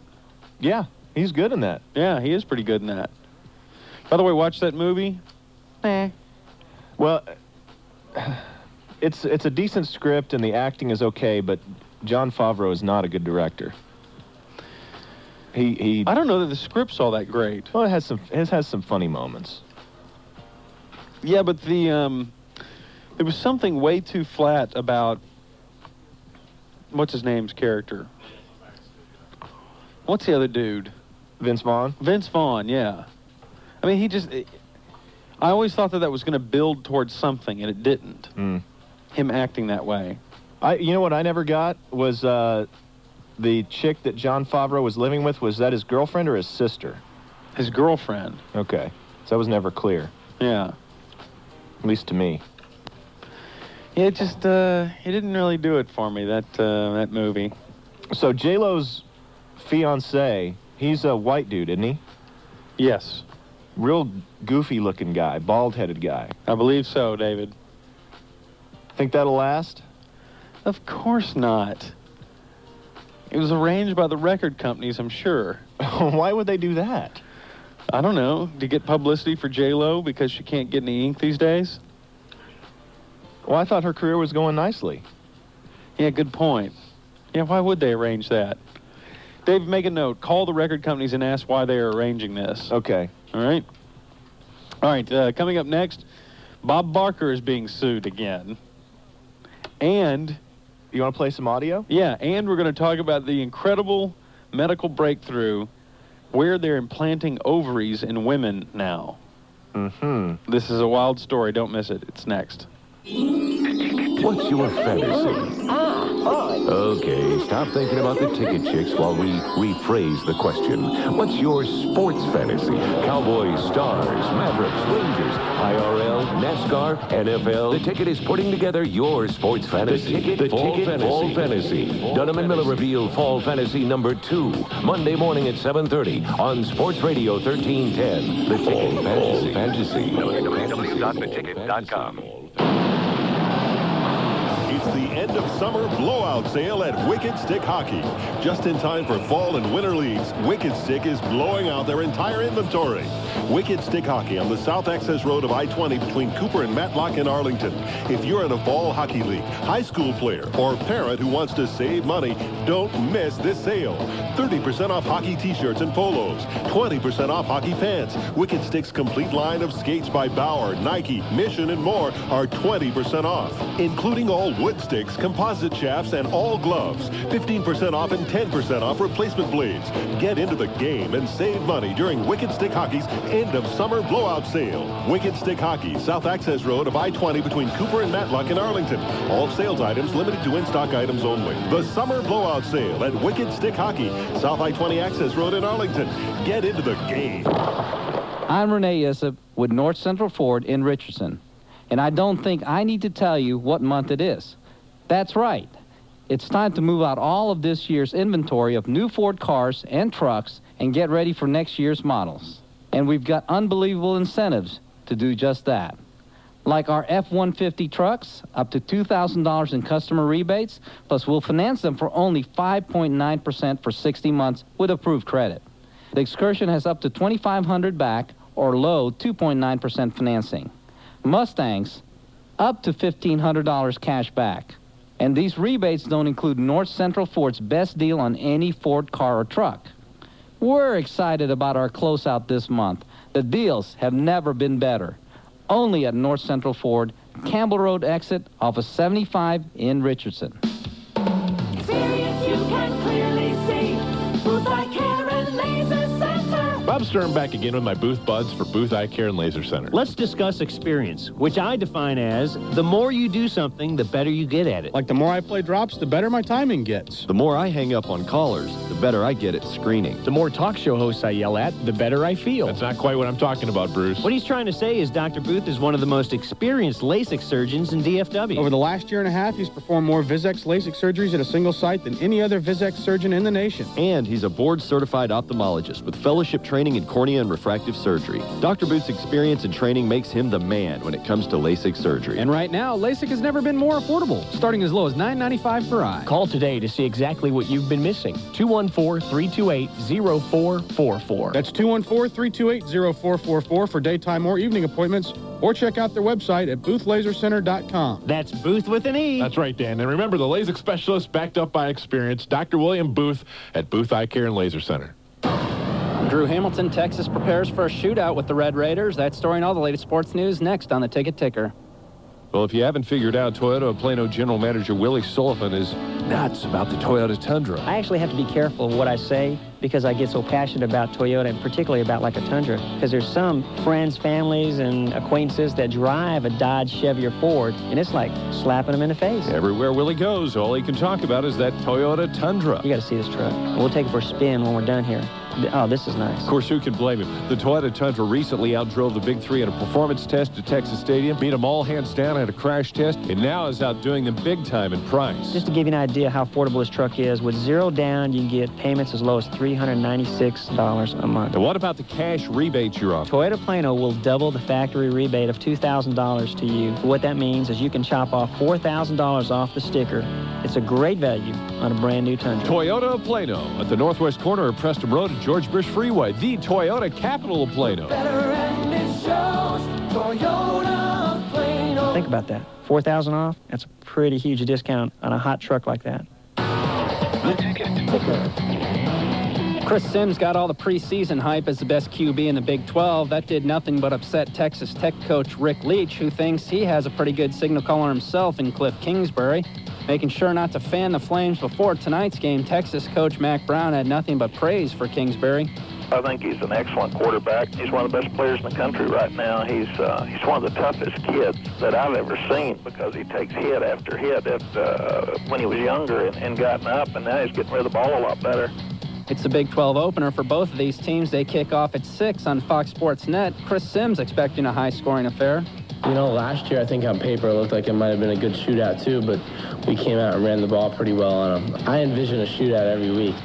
S4: Yeah, he's good in that.
S1: Yeah, he is pretty good in that. By the way, watch that movie. Nah.
S4: Well, it's it's a decent script and the acting is okay, but John Favreau is not a good director. He he.
S1: I don't know that the script's all that great.
S4: Well, it has some it has some funny moments.
S1: Yeah, but the um, there was something way too flat about what's his name's character. What's the other dude?
S4: Vince Vaughn.
S1: Vince Vaughn, yeah. I mean, he just. I always thought that that was going to build towards something, and it didn't.
S4: Mm.
S1: Him acting that way.
S4: I you know what I never got was uh, the chick that John Favreau was living with was that his girlfriend or his sister?
S1: His girlfriend.
S4: Okay, so that was never clear,
S1: Yeah.
S4: at least to me.
S1: Yeah, it just uh, it didn't really do it for me that uh, that movie.
S4: So J Lo's fiance, he's a white dude, isn't he?
S1: Yes,
S4: real goofy looking guy, bald headed guy.
S1: I believe so, David.
S4: Think that'll last?
S1: Of course not. It was arranged by the record companies, I'm sure.
S4: <laughs> Why would they do that?
S1: I don't know. To get publicity for J Lo because she can't get any ink these days.
S4: Well, I thought her career was going nicely.
S1: Yeah, good point. Yeah, why would they arrange that? Dave, make a note. Call the record companies and ask why they are arranging this.
S4: Okay.
S1: All right. All right. Uh, coming up next, Bob Barker is being sued again, and
S4: You want to play some audio?
S1: Yeah, and we're going to talk about the incredible medical breakthrough where they're implanting ovaries in women now.
S4: Mm-hmm.
S1: This is a wild story. Don't miss it. It's next.
S8: What's your fantasy? Okay, stop thinking about the ticket chicks while we rephrase the question. What's your sports fantasy? Cowboys, Stars, Mavericks, Rangers, IRL, NASCAR, NFL. The ticket is putting together your sports fantasy. The ticket, fall, fantasy. fall fantasy. Dunham and Miller reveal fall fantasy number two Monday morning at 7:30 on Sports Radio 1310. The ticket fall fantasy. www.theticket.com.
S3: He's It's the end of summer blowout sale at Wicked Stick Hockey. Just in time for fall and winter leagues, Wicked Stick is blowing out their entire inventory. Wicked Stick Hockey on the South Access Road of I-20 between Cooper and Matlock in Arlington. If you're in a fall hockey league, high school player, or parent who wants to save money, don't miss this sale. 30% off hockey t-shirts and polos, 20% off hockey pants. Wicked Stick's complete line of skates by Bauer, Nike, Mission, and more are 20% off, including all wood sticks, composite shafts, and all gloves. 15% off and 10% off replacement blades. Get into the game and save money during Wicked Stick Hockey's end of summer blowout sale. Wicked Stick Hockey, South Access Road of I-20 between Cooper and Matlock in Arlington. All sales items limited to in-stock items only. The summer blowout sale at Wicked Stick Hockey, South I-20 Access Road in Arlington. Get into the game.
S23: I'm Renee Issip with North Central Ford in Richardson, and I don't think I need to tell you what month it is. That's right. It's time to move out all of this year's inventory of new Ford cars and trucks and get ready for next year's models. And we've got unbelievable incentives to do just that. Like our F 150 trucks, up to $2,000 in customer rebates, plus we'll finance them for only 5.9% for 60 months with approved credit. The Excursion has up to 2500 back or low 2.9% financing. Mustangs, up to $1,500 cash back. And these rebates don't include North Central Ford's best deal on any Ford car or truck. We're excited about our closeout this month. The deals have never been better. Only at North Central Ford, Campbell Road exit off of 75 in Richardson.
S24: Experience you can clearly see. Booth Eye Care and Laser Center.
S25: Bob Stern back again with my booth buds for Booth Eye Care and Laser Center.
S26: Let's discuss experience, which I define as the more you do something, the better you get at it.
S27: Like the more I play drops, the better my timing gets.
S16: The more I hang up on callers, the better I get at screening.
S26: The more talk show hosts I yell at, the better I feel.
S25: That's not quite what I'm talking about, Bruce.
S26: What he's trying to say is Dr. Booth is one of the most experienced LASIK surgeons in DFW.
S27: Over the last year and a half, he's performed more Visex LASIK surgeries at a single site than any other Visex surgeon in the nation.
S16: And he's a board certified ophthalmologist with fellowship training in cornea and refractive surgery. Dr. Booth's experience and training makes him the man when it comes to LASIK surgery.
S26: And right now, LASIK has never been more affordable, starting as low as $9.95 per eye. Call today to see exactly what you've been missing. 214-328-0444.
S27: That's 214-328-0444 for daytime or evening appointments, or check out their website at boothlasercenter.com.
S26: That's Booth with an E.
S25: That's right, Dan. And remember, the LASIK specialist backed up by experience, Dr. William Booth at Booth Eye Care and Laser Center.
S18: Drew Hamilton, Texas prepares for a shootout with the Red Raiders. That story and all the latest sports news next on the Ticket Ticker.
S25: Well, if you haven't figured out, Toyota of Plano General Manager Willie Sullivan is nuts about the Toyota Tundra.
S28: I actually have to be careful of what I say because I get so passionate about Toyota and particularly about like a Tundra because there's some friends, families, and acquaintances that drive a Dodge, Chevy, or Ford, and it's like slapping them in the face.
S25: Everywhere Willie goes, all he can talk about is that Toyota Tundra.
S28: You got to see this truck. We'll take it for a spin when we're done here. Th- Oh, this is nice.
S25: Of course, who can blame him? The Toyota Tundra recently outdrove the Big Three in a performance test at Texas Stadium, beat them all hands down at a crash test, and now is outdoing them big time in price.
S28: Just to give you an idea how affordable this truck is, with zero down, you can get payments as low as $396 a month.
S25: And what about the cash rebates you're offering?
S28: Toyota Plano will double the factory rebate of $2,000 to you. What that means is you can chop off $4,000 off the sticker. It's a great value on a brand new Tundra.
S25: Toyota of Plano at the northwest corner of Preston Road and George Bush Freeway, the Toyota capital of Plano.
S24: And it shows Toyota of Plano.
S28: Think about that. 4000 off? That's a pretty huge discount on a hot truck like that.
S18: Chris Sims got all the preseason hype as the best QB in the Big 12. That did nothing but upset Texas Tech coach Rick Leach, who thinks he has a pretty good signal caller himself in Cliff Kingsbury. Making sure not to fan the flames before tonight's game, Texas coach Mac Brown had nothing but praise for Kingsbury.
S29: I think he's an excellent quarterback. He's one of the best players in the country right now. He's uh, he's one of the toughest kids that I've ever seen because he takes hit after hit at, uh, when he was younger and, and gotten up, and now he's getting rid of the ball a lot better.
S18: It's the Big 12 opener for both of these teams. They kick off at 6 on Fox Sports Net. Chris Sims expecting a high scoring affair.
S30: You know, last year I think on paper it looked like it might have been a good shootout too, but we came out and ran the ball pretty well on them. I envision a shootout every week.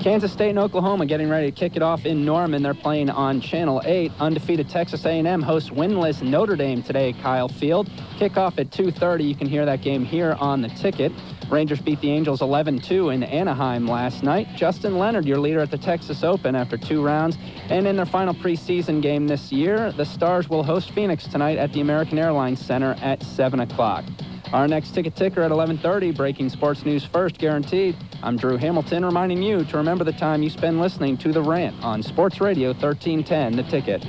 S18: Kansas State and Oklahoma getting ready to kick it off in Norman. They're playing on Channel 8. Undefeated Texas A&M hosts winless Notre Dame today at Kyle Field. Kickoff at 2:30. You can hear that game here on the ticket. Rangers beat the Angels 11-2 in Anaheim last night. Justin Leonard, your leader at the Texas Open after two rounds, and in their final preseason game this year, the Stars will host Phoenix tonight at the American Airlines Center at 7 o'clock. Our next ticket ticker at 11:30, breaking sports news first, guaranteed. I'm Drew Hamilton, reminding you to remember the time you spend listening to the rant on Sports Radio 1310, the ticket.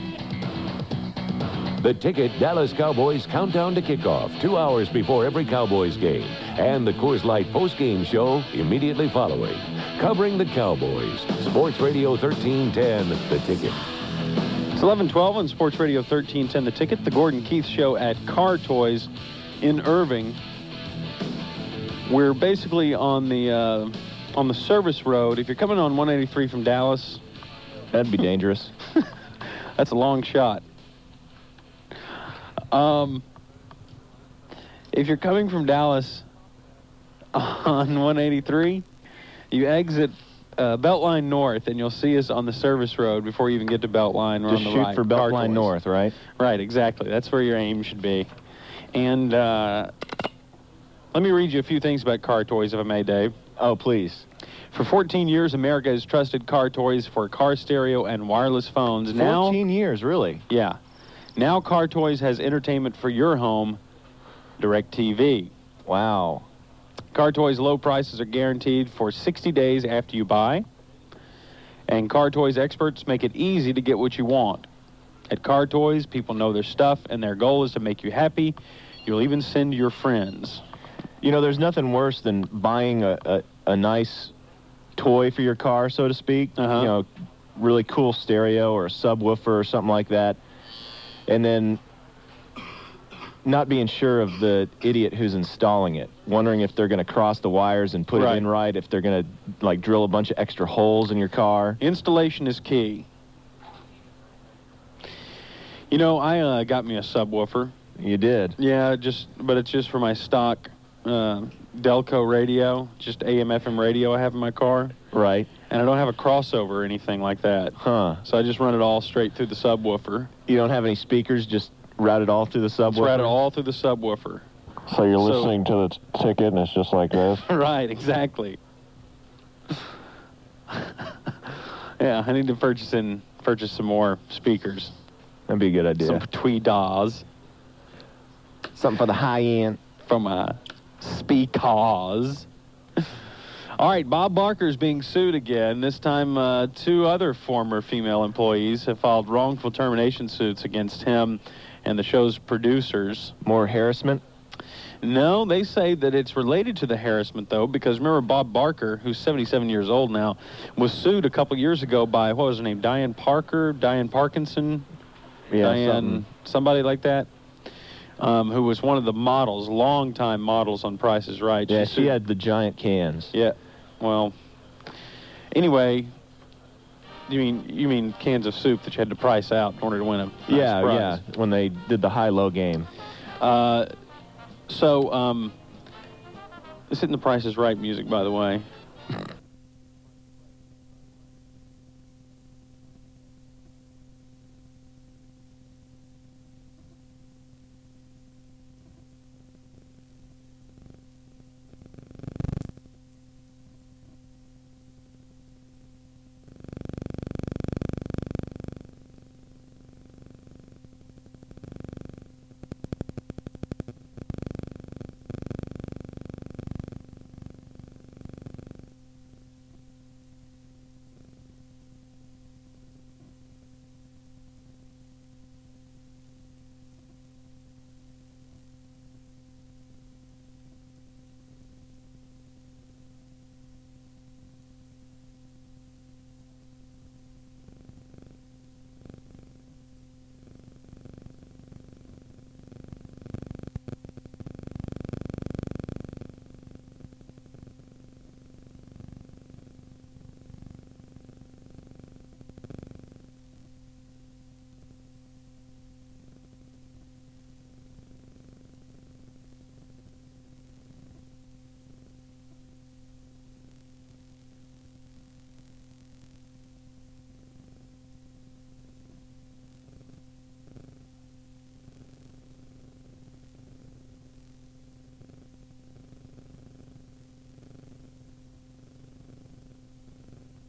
S8: The ticket Dallas Cowboys countdown to kickoff, two hours before every Cowboys game, and the Coors Light postgame show immediately following. Covering the Cowboys, Sports Radio 1310, the ticket.
S1: It's 11:12 on Sports Radio 1310. The ticket, the Gordon Keith Show at Car Toys in Irving. We're basically on the uh, on the service road. If you're coming on 183 from Dallas,
S4: that'd be dangerous.
S1: <laughs> That's a long shot. Um, if you're coming from Dallas <laughs> on 183, you exit uh, Beltline North, and you'll see us on the service road before you even get to Beltline. We're
S4: Just
S1: on the
S4: shoot
S1: right,
S4: for
S1: Car
S4: Beltline
S1: Toys.
S4: North, right?
S1: Right, exactly. That's where your aim should be. And uh, let me read you a few things about car toys, if I may, Dave.
S4: Oh, please.
S1: For 14 years, America has trusted car toys for car stereo and wireless phones. Now,
S4: 14 years, really?
S1: yeah. Now, Car Toys has entertainment for your home, Direct TV.
S4: Wow.
S1: Car Toys low prices are guaranteed for 60 days after you buy. And Car Toys experts make it easy to get what you want. At Car Toys, people know their stuff, and their goal is to make you happy. You'll even send your friends.
S4: You know, there's nothing worse than buying a, a, a nice toy for your car, so to speak.
S1: Uh-huh.
S4: You know, really cool stereo or a subwoofer or something like that. And then not being sure of the idiot who's installing it, wondering if they're going to cross the wires and put it in right, if they're going to like drill a bunch of extra holes in your car.
S1: Installation is key. You know, I uh, got me a subwoofer.
S4: You did?
S1: Yeah, just but it's just for my stock uh, Delco radio, just AM/FM radio I have in my car.
S4: Right.
S1: And I don't have a crossover or anything like that.
S4: Huh.
S1: So I just run it all straight through the subwoofer.
S4: You don't have any speakers, just route it all through the subwoofer.
S1: It's routed all through the subwoofer.
S31: So you're
S1: So-
S31: listening to the t- ticket, and it's just like this.
S1: <laughs> right, exactly. yeah, I need to purchase in purchase some more speakers.
S4: That'd be a good idea.
S1: Some tweedars.
S4: Something for the high end.
S1: From uh, speakers. All right, Bob Barker's being sued again. This time, uh, two other former female employees have filed wrongful termination suits against him and the show's producers.
S4: More harassment?
S1: No, they say that it's related to the harassment, though, because remember Bob Barker, who's 77 years old now, was sued a couple years ago by, what was her name, Diane Parker, Diane Parkinson,
S4: Yeah,
S1: Diane,
S4: something.
S1: somebody like that, um, who was one of the models, longtime models on Price is Right.
S4: Yeah,
S1: sued-
S4: she had the giant cans.
S1: Yeah, well, anyway, you mean you mean cans of soup that you had to price out in order to win a nice
S4: yeah,
S1: prize.
S4: yeah. When they did the high-low game,
S1: Uh, so, um, this isn't the Price is Right music, by the way.